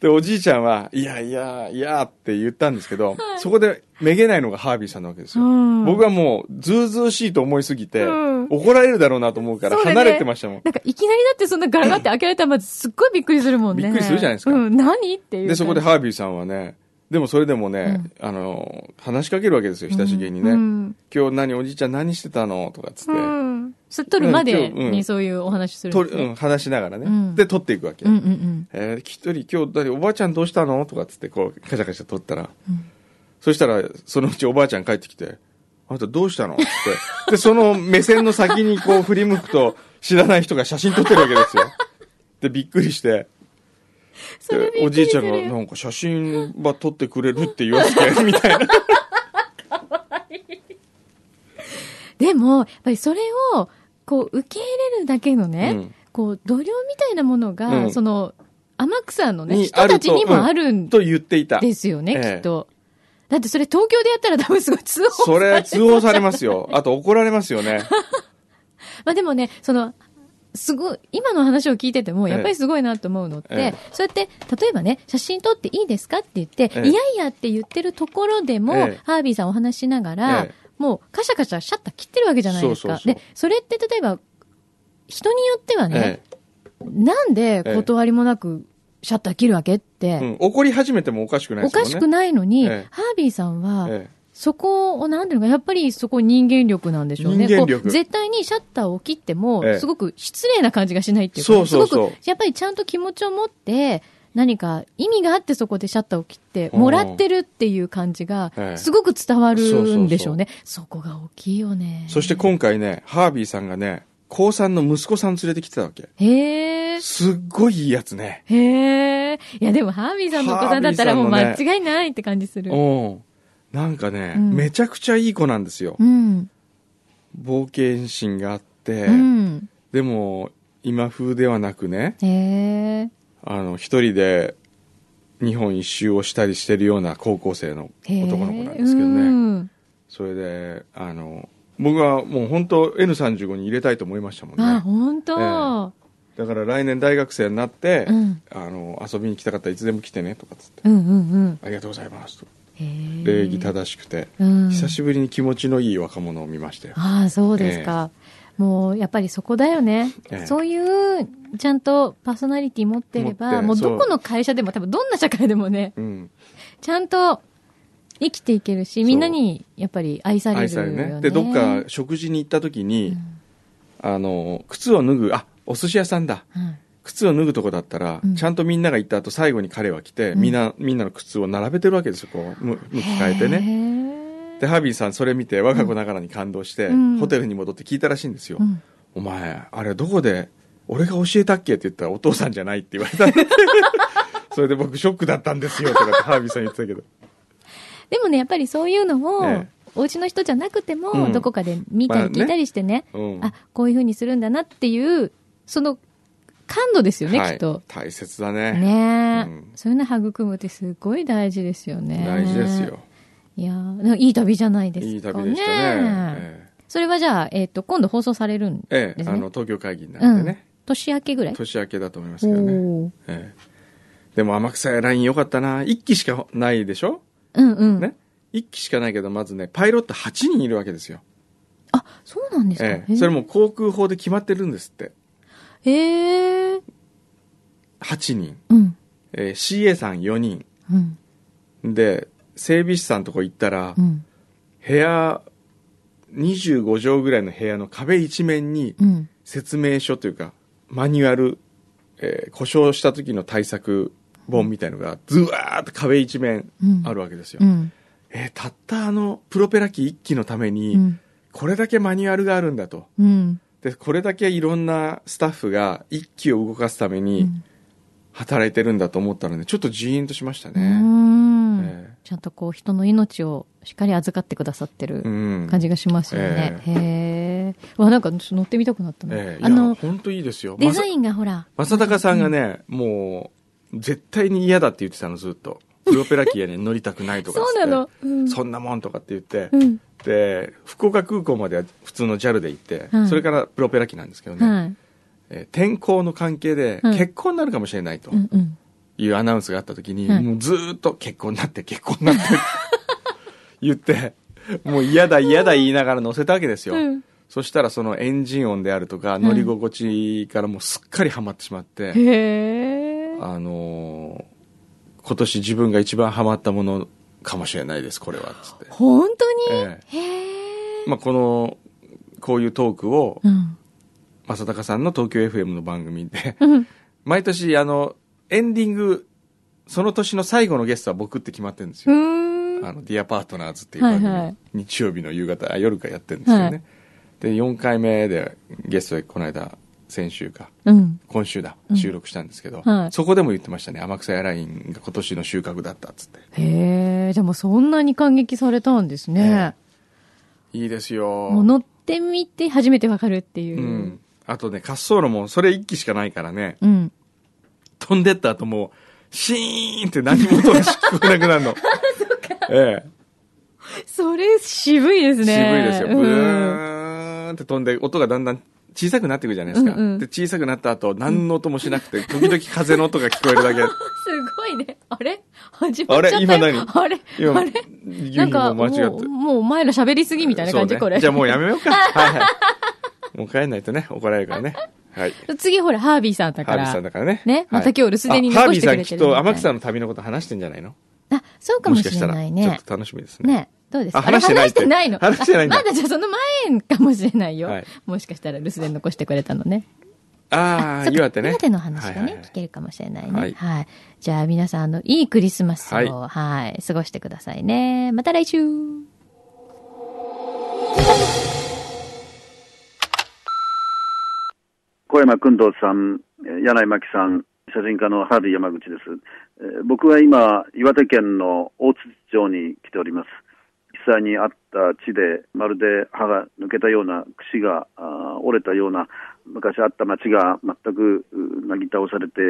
Speaker 1: で、おじいちゃんは、いやいや、いやって言ったんですけど、そこでめげないのがハービーさんなわけですよ。
Speaker 2: うん
Speaker 1: 僕はもう、ずうずうしいと思いすぎて、
Speaker 2: うん
Speaker 1: 怒られるだろうなと思うから、
Speaker 2: そうだね
Speaker 1: 離れてましたもん。
Speaker 2: なんかいきなりだってそんなガラガラって開けられたらまずすっごいびっくりするもんね。
Speaker 1: びっくりするじゃないですか
Speaker 2: うん、何っていう。
Speaker 1: で、そこでハービーさんはね、でもそれでもね、あの、話しかけるわけですよ、親しげにね。
Speaker 2: うん。
Speaker 1: 今日何、おじいちゃん何してたのとかっつって。
Speaker 2: うん。それ撮るまで
Speaker 1: うん今日うん
Speaker 2: にそういうお話するん
Speaker 1: と
Speaker 2: です
Speaker 1: う
Speaker 2: ね。
Speaker 1: ん、話しながらね、
Speaker 2: うん
Speaker 1: で撮っていくわけ、
Speaker 2: うんうんうん。
Speaker 1: えー一人今日誰おばあちゃんどうしたのとかっつってこうカシャカシャ撮ったら、そしたらそのうちおばあちゃん帰ってきて「あなたどうしたの?」っつってでその目線の先にこう振り向くと知らない人が写真撮ってるわけですよでびっくりして
Speaker 2: それびっくり
Speaker 1: おじいちゃん
Speaker 2: す
Speaker 1: が
Speaker 2: るよ
Speaker 1: なんか写真ば撮ってくれるって言わせてみたいな
Speaker 2: でも、やっぱりそれを、こう、受け入れるだけのね、
Speaker 1: うん
Speaker 2: こう、度量みたいなものが、
Speaker 1: うん
Speaker 2: その、天草のね、
Speaker 1: に
Speaker 2: 人たちにもあるん
Speaker 1: と言っていた
Speaker 2: ですよね、
Speaker 1: ええ
Speaker 2: きっと。だってそれ東京でやったら多分すごい通報
Speaker 1: それ通報されますよあと怒られますよね
Speaker 2: まあでもね、その、すごい、今の話を聞いてても、
Speaker 1: ええ
Speaker 2: やっぱりすごいなと思うのって、
Speaker 1: ええ
Speaker 2: そうやって、例えばね、写真撮っていいですかって言って、
Speaker 1: ええ
Speaker 2: いやいやって言ってるところでも、
Speaker 1: ええ
Speaker 2: ハービーさんお話しながら、
Speaker 1: ええ
Speaker 2: もうカシャカシャシャッター切ってるわけじゃないです
Speaker 1: そ
Speaker 2: か。
Speaker 1: うそうそう
Speaker 2: で、それって例えば、人によってはね
Speaker 1: え、
Speaker 2: なんで断りもなくシャッター切るわけって、
Speaker 1: えうん、怒り始めてもおかしくないで
Speaker 2: お
Speaker 1: すもん
Speaker 2: か
Speaker 1: ね
Speaker 2: しくないのに、
Speaker 1: ええ
Speaker 2: ハービーさんは、
Speaker 1: ええ
Speaker 2: そこを、なんていうのか、やっぱりそこ人間力なんでしょうね。
Speaker 1: 人間力
Speaker 2: こう絶対にシャッターを切っても
Speaker 1: ええ、
Speaker 2: すごく失礼な感じがしないっていうかね、
Speaker 1: そうそうそう
Speaker 2: すごく、やっぱりちゃんと気持ちを持って、何か意味があってそこでシャッターを切って、もらってるっていう感じが
Speaker 1: ええ、
Speaker 2: すごく伝わるんでしょうね。そこが大きいよね。
Speaker 1: そして今回ね、ハービーさんがね、高3の息子さん連れてきてたわけ。
Speaker 2: へえ。
Speaker 1: すっごいいいやつね。
Speaker 2: へえ。いや、でも、ハービーさんのお子さんだったらもう
Speaker 1: ハービーさんの
Speaker 2: 間
Speaker 1: ね
Speaker 2: 違いないって感じする。
Speaker 1: うん。なんかね、
Speaker 2: うん
Speaker 1: めちゃくちゃいい子なんですよ
Speaker 2: う。ん。
Speaker 1: 冒険心があって、
Speaker 2: うん。
Speaker 1: でも、今風ではなくね、
Speaker 2: へえ。
Speaker 1: あの、一人で日本一周をしたりしてるような高校生の
Speaker 2: へえ
Speaker 1: 男の子なんですけど
Speaker 2: う
Speaker 1: ね。
Speaker 2: ん
Speaker 1: それで、あの、僕はもう本当 N35 に入れたいと思いましたもん
Speaker 2: あ、
Speaker 1: ね。
Speaker 2: 本当、
Speaker 1: えだから来年大学生になって、
Speaker 2: うん
Speaker 1: あの、遊びに来たかったらいつでも来てねとかっつって。
Speaker 2: うんうんうん。
Speaker 1: ありがとうございますと。礼
Speaker 2: 礼
Speaker 1: 儀正しくて、
Speaker 2: うん、
Speaker 1: 久しぶりに気持ちのいい若者を見ましたよ。
Speaker 2: ああ、そうですか。もう、やっぱりそこだよね。
Speaker 1: ええ
Speaker 2: そういう、ちゃんとパーソナリティ持ってれ
Speaker 1: 持っ
Speaker 2: ば、
Speaker 1: て
Speaker 2: もう
Speaker 1: そう
Speaker 2: どこの会社でも、多分どんな社会でもね、
Speaker 1: うん、
Speaker 2: ちゃんと生きていける
Speaker 1: そ
Speaker 2: し、
Speaker 1: う
Speaker 2: みんなにやっぱり愛され
Speaker 1: 愛
Speaker 2: る
Speaker 1: さ
Speaker 2: よ
Speaker 1: れる
Speaker 2: ね。
Speaker 1: ね。で、どっか食事に行った時に、あの、靴を脱ぐ、あ、お寿司屋さんだ。
Speaker 2: はい
Speaker 1: 靴を脱ぐとこだったら、
Speaker 2: うん
Speaker 1: ちゃんとみんなが行った後、最後に彼は来て、みんな、みんなの靴を並べてるわけですよ、こう、む向き変えてね。
Speaker 2: ね。
Speaker 1: で、ハービーさんそれ見て、我が子ながらに感動して、
Speaker 2: うん
Speaker 1: ホテルに戻って聞いたらしいんですよ。
Speaker 2: うん
Speaker 1: お前、あれどこで、俺が教えたっけって言ったらお父さんじゃないって言われ たんでそれで僕ショックだったんですよとかってハービーさん言ってたけど。
Speaker 2: でもね、やっぱりそういうのを、
Speaker 1: ええ
Speaker 2: お家の人じゃなくても、
Speaker 1: うん
Speaker 2: どこかで見た
Speaker 1: まあ
Speaker 2: り
Speaker 1: ね
Speaker 2: 聞いたりしてね、
Speaker 1: うん
Speaker 2: あ、こういうふうにするんだなっていう、その感度ですよね、
Speaker 1: はい、
Speaker 2: きっと。
Speaker 1: 大切だね。
Speaker 2: ねえ、
Speaker 1: うん
Speaker 2: そういうの育むってすごい大事ですよね。
Speaker 1: 大事ですよ。。
Speaker 2: いやーなんかいい旅じゃないですか、ね。
Speaker 1: いい旅でしたね。え
Speaker 2: それはじゃあ、えっ、と、今度放送されるん
Speaker 1: えええ
Speaker 2: です
Speaker 1: あ
Speaker 2: ね。
Speaker 1: の、東京会議になって
Speaker 2: うん
Speaker 1: ね、。
Speaker 2: 年明けぐらい
Speaker 1: 年明けだと思いますけどね。
Speaker 2: おー
Speaker 1: ええでも天草ライン良かったな。1期しかないでしょ
Speaker 2: うんうん。
Speaker 1: ね。1期しかないけど、まずね、パイロット8人いるわけですよ。
Speaker 2: あ、そうなんですか、
Speaker 1: え
Speaker 2: へ
Speaker 1: え
Speaker 2: ー
Speaker 1: それも航空法で決まってるんですって。
Speaker 2: えへえ。
Speaker 1: 8人、
Speaker 2: うん。
Speaker 1: えー CA さん4人
Speaker 2: うん。
Speaker 1: で整備士さんとこ行ったら、
Speaker 2: うん。
Speaker 1: 部屋25畳ぐらいの部屋の壁一面に
Speaker 2: うん。
Speaker 1: 説明書というかマニュアル、えー故障した時の対策本みたいのがずわーっと壁一面あるわけですよ、
Speaker 2: うん。
Speaker 1: えーたったあのプロペラ機1機のために、
Speaker 2: うん。
Speaker 1: これだけマニュアルがあるんだと
Speaker 2: うん。
Speaker 1: でこれだけいろんなスタッフが1機を動かすため
Speaker 2: う
Speaker 1: に
Speaker 2: ん
Speaker 1: 働いてるんだと思ったのでちょっとジーンとしました
Speaker 2: う
Speaker 1: ね、
Speaker 2: ん
Speaker 1: ええ
Speaker 2: ちゃんとこう人の命をしっかり預かってくださって
Speaker 1: う
Speaker 2: る
Speaker 1: ん
Speaker 2: 感じがしますよね。へえ。わ、なんかちょっと乗ってみたくなったな。
Speaker 1: ええ
Speaker 2: あ
Speaker 1: いや
Speaker 2: の、
Speaker 1: 本当いいですよ
Speaker 2: デザインがほら、
Speaker 1: 正隆さんがね、もう絶対に嫌だって言ってたのずっとプロペラ機やね乗りたくないとかっつって
Speaker 2: そうなのうん
Speaker 1: そんなもんとかって言って、
Speaker 2: うん。
Speaker 1: で福岡空港までは普通の JAL で行って、
Speaker 2: はい
Speaker 1: それからプロペラ機なんですけどね、
Speaker 2: はい。
Speaker 1: えー天候の関係で
Speaker 2: はい
Speaker 1: 結婚になるかもしれないと
Speaker 2: うんうん。
Speaker 1: いうアナウンスがあった時に、
Speaker 2: はい
Speaker 1: もうずーっと結婚になって結婚になって言ってもう嫌だ嫌だ言いながら乗せたわけですよ、
Speaker 2: うん
Speaker 1: そしたらそのエンジン音であるとか乗り心地からもうすっかりハマってしまって、
Speaker 2: へえ。
Speaker 1: あのー今年自分が一番ハマったものかもしれないです、これは、つって。
Speaker 2: 本当に
Speaker 1: え
Speaker 2: へえ。
Speaker 1: えまあ、この、こういうトークを、
Speaker 2: うん。
Speaker 1: 正隆さんの東京 FM の番組で、
Speaker 2: うん。
Speaker 1: 毎年、あの、エンディング、その年の最後のゲストは僕って決まってるんです
Speaker 2: う
Speaker 1: よ。
Speaker 2: ーん。
Speaker 1: あの、ディアパートナーズっていう番組、
Speaker 2: はいはい
Speaker 1: 日曜日の夕方、あ夜かやってるんですよね。
Speaker 2: はい
Speaker 1: で、4回目でゲストでこの間、先週か、
Speaker 2: うん。
Speaker 1: 今週だ、
Speaker 2: ん
Speaker 1: 収録したんですけど、
Speaker 2: はい
Speaker 1: そこでも言ってましたね、天草エアラインが今年の収穫だったっつって。
Speaker 2: へえ。じゃあもうそんなに感激されたんですね。
Speaker 1: いいですよ。
Speaker 2: もう乗ってみて初めてわかるっていうう。
Speaker 1: ん。あとね、滑走路もそれ一機しかないからね、
Speaker 2: うん。
Speaker 1: 飛んでった後もう、シーンって何も音が聞こえなくなる の。ええ。
Speaker 2: それ渋いです
Speaker 1: 渋い
Speaker 2: ね。
Speaker 1: ですよ。ブ
Speaker 2: うん
Speaker 1: ーンって飛んで、音がだんだん小さくなっていくじゃないですか。
Speaker 2: うんうん
Speaker 1: で、小さくなった後、何の音もしなくて、時々風の音が聞こえる だけ。
Speaker 2: すごいね。あれ始まっちゃったよ
Speaker 1: あれ今何
Speaker 2: あれあれ
Speaker 1: ユ
Speaker 2: な
Speaker 1: ニ
Speaker 2: ん
Speaker 1: も
Speaker 2: か、
Speaker 1: 間違って。
Speaker 2: もう、もうお前ら喋りすぎみたいな感
Speaker 1: そ
Speaker 2: じ、
Speaker 1: うね
Speaker 2: これ。
Speaker 1: じゃあもうやめよう か。はいはい。もう帰んないとね、怒られるからね。はい。
Speaker 2: 次ほら、ハービーさんだ
Speaker 1: ハ
Speaker 2: か
Speaker 1: ービ
Speaker 2: ら。
Speaker 1: ーさんだからね。
Speaker 2: ねまた今日留守電に
Speaker 1: あ
Speaker 2: 残してくれてるみたい
Speaker 1: ハービーさんきっと天草の旅のこと話してんじゃないの
Speaker 2: あ、そうかもしれ
Speaker 1: もしか
Speaker 2: ない
Speaker 1: したら
Speaker 2: ね
Speaker 1: ちょっ。と楽しみですね。
Speaker 2: ね。どうですか
Speaker 1: あ話して
Speaker 2: あ
Speaker 1: ない
Speaker 2: れ話してないの。
Speaker 1: 話してないんだ
Speaker 2: あまだじゃあその前かもしれないよ
Speaker 1: はい。
Speaker 2: もしかしたら留守電残してくれたのね。
Speaker 1: ああ、
Speaker 2: そっか
Speaker 1: 岩手ね。
Speaker 2: 岩手の話がね、
Speaker 1: はいはいはい
Speaker 2: 聞けるかもしれない
Speaker 1: はい
Speaker 2: ね。はい。じゃあ皆さん、あの、いいクリスマスを、
Speaker 1: は
Speaker 2: はいい、過ごしてくださいね。また来週
Speaker 6: 小山君堂さん、えー柳井真紀さん、写真家のハービー山口です。えー僕は今、岩手県の大槌町に来ております。被災にあった地で、まるで歯が抜けたような、櫛があー折れたような、昔あった町が全くうなぎ倒されて、え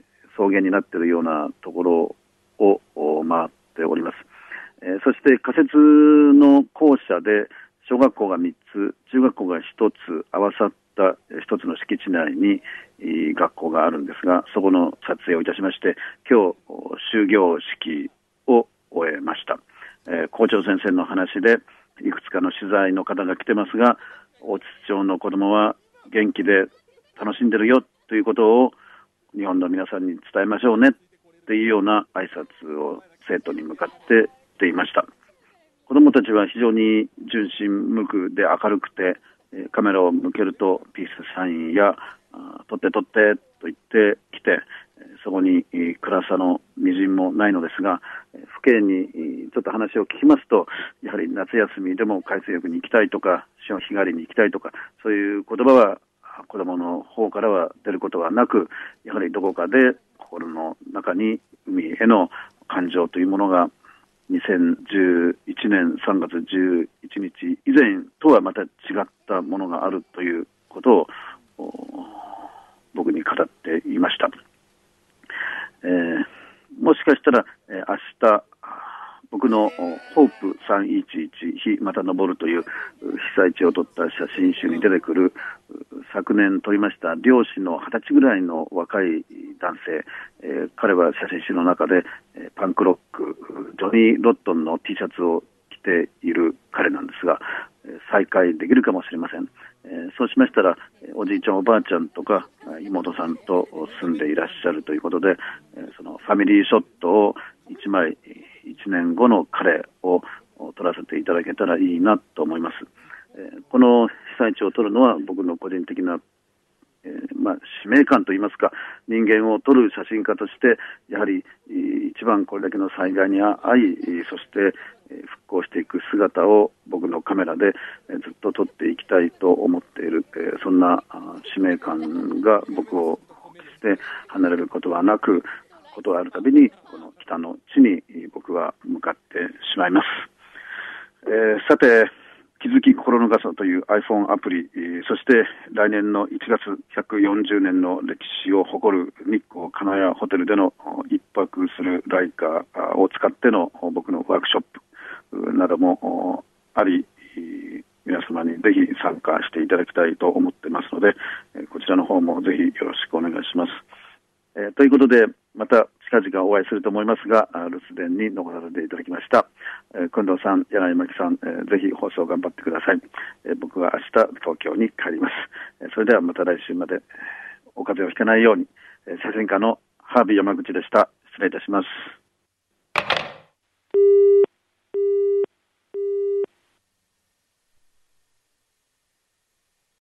Speaker 6: ー草原になっているようなところをお回っております。えーそして仮設の校舎で小学校が3つ、中学校が1つ合わさったえー1つの敷地内にえー学校があるんですが、そこの撮影をいたしまして、今日、お終業式を終えました。えー校長先生の話で、いくつかの取材の方が来てますが、大津町の子供は元気で楽しんでるよということを日本の皆さんに伝えましょうねっていうような挨拶を生徒に向かってしていました子どもたちは非常に純真無垢で明るくてえーカメラを向けるとピースサインやあー撮って撮ってと言ってきてえーそこにえー暗さのみじんもないのですがえー父兄にえーちょっと話を聞きますとやはり夏休みでも海水浴に行きたいとか潮干狩りに行きたいとかそういう言葉は子どもの方からは出ることはなくやはりどこかで心の中に海への感情というものが2011年3月11日以前とはまた違ったものがあるということをお僕に語っていました。えーもしかしたら、えー明日僕のおホープ311日また登るというう被災地を撮った写真集に出てくるう昨年撮りました漁師の二十歳ぐらいの若い男性、えー彼は写真集の中で、えーパンクロックジョニー・ロットンの T シャツを着ている彼なんですがえー再会できるかもしれません、えーそうしましたらえーおじいちゃんおばあちゃんとかあ妹さんと住んでいらっしゃるということで、えーそのファミリーショットを1枚、1年後の彼を撮らせていただけたらいいなと思います。えーこの被災地を撮るのは僕の個人的なえーまあ、使命感といいますか、人間を撮る写真家として、やはりえー一番これだけの災害に遭い、えーそしてえー復興していく姿を僕のカメラでえーずっと撮っていきたいと思っている、えーそんなあー使命感が僕を決して離れることはなく、ことがあるたびに、この北の地にえー僕は向かってしまいます。えーさて、気づき心の傘という iPhone アプリ、えーそして来年の1月140年の歴史を誇る日光金谷ホテルでのお一泊するライカーを使ってのお僕のワークショップうなどもおあり、えー皆様にぜひ参加していただきたいと思ってますので、えーこちらの方もぜひよろしくお願いします。えーということで、また近々お会いすると思いますが、あー留守電に残させていただきました。えー、くんどうさん、柳巻さん、えーぜひ放送頑張ってください。えー僕は明日、東京に帰ります。えーそれではまた来週まで、えーお風邪をひかないように、えー写真家のハービー山口でした。失礼いたします。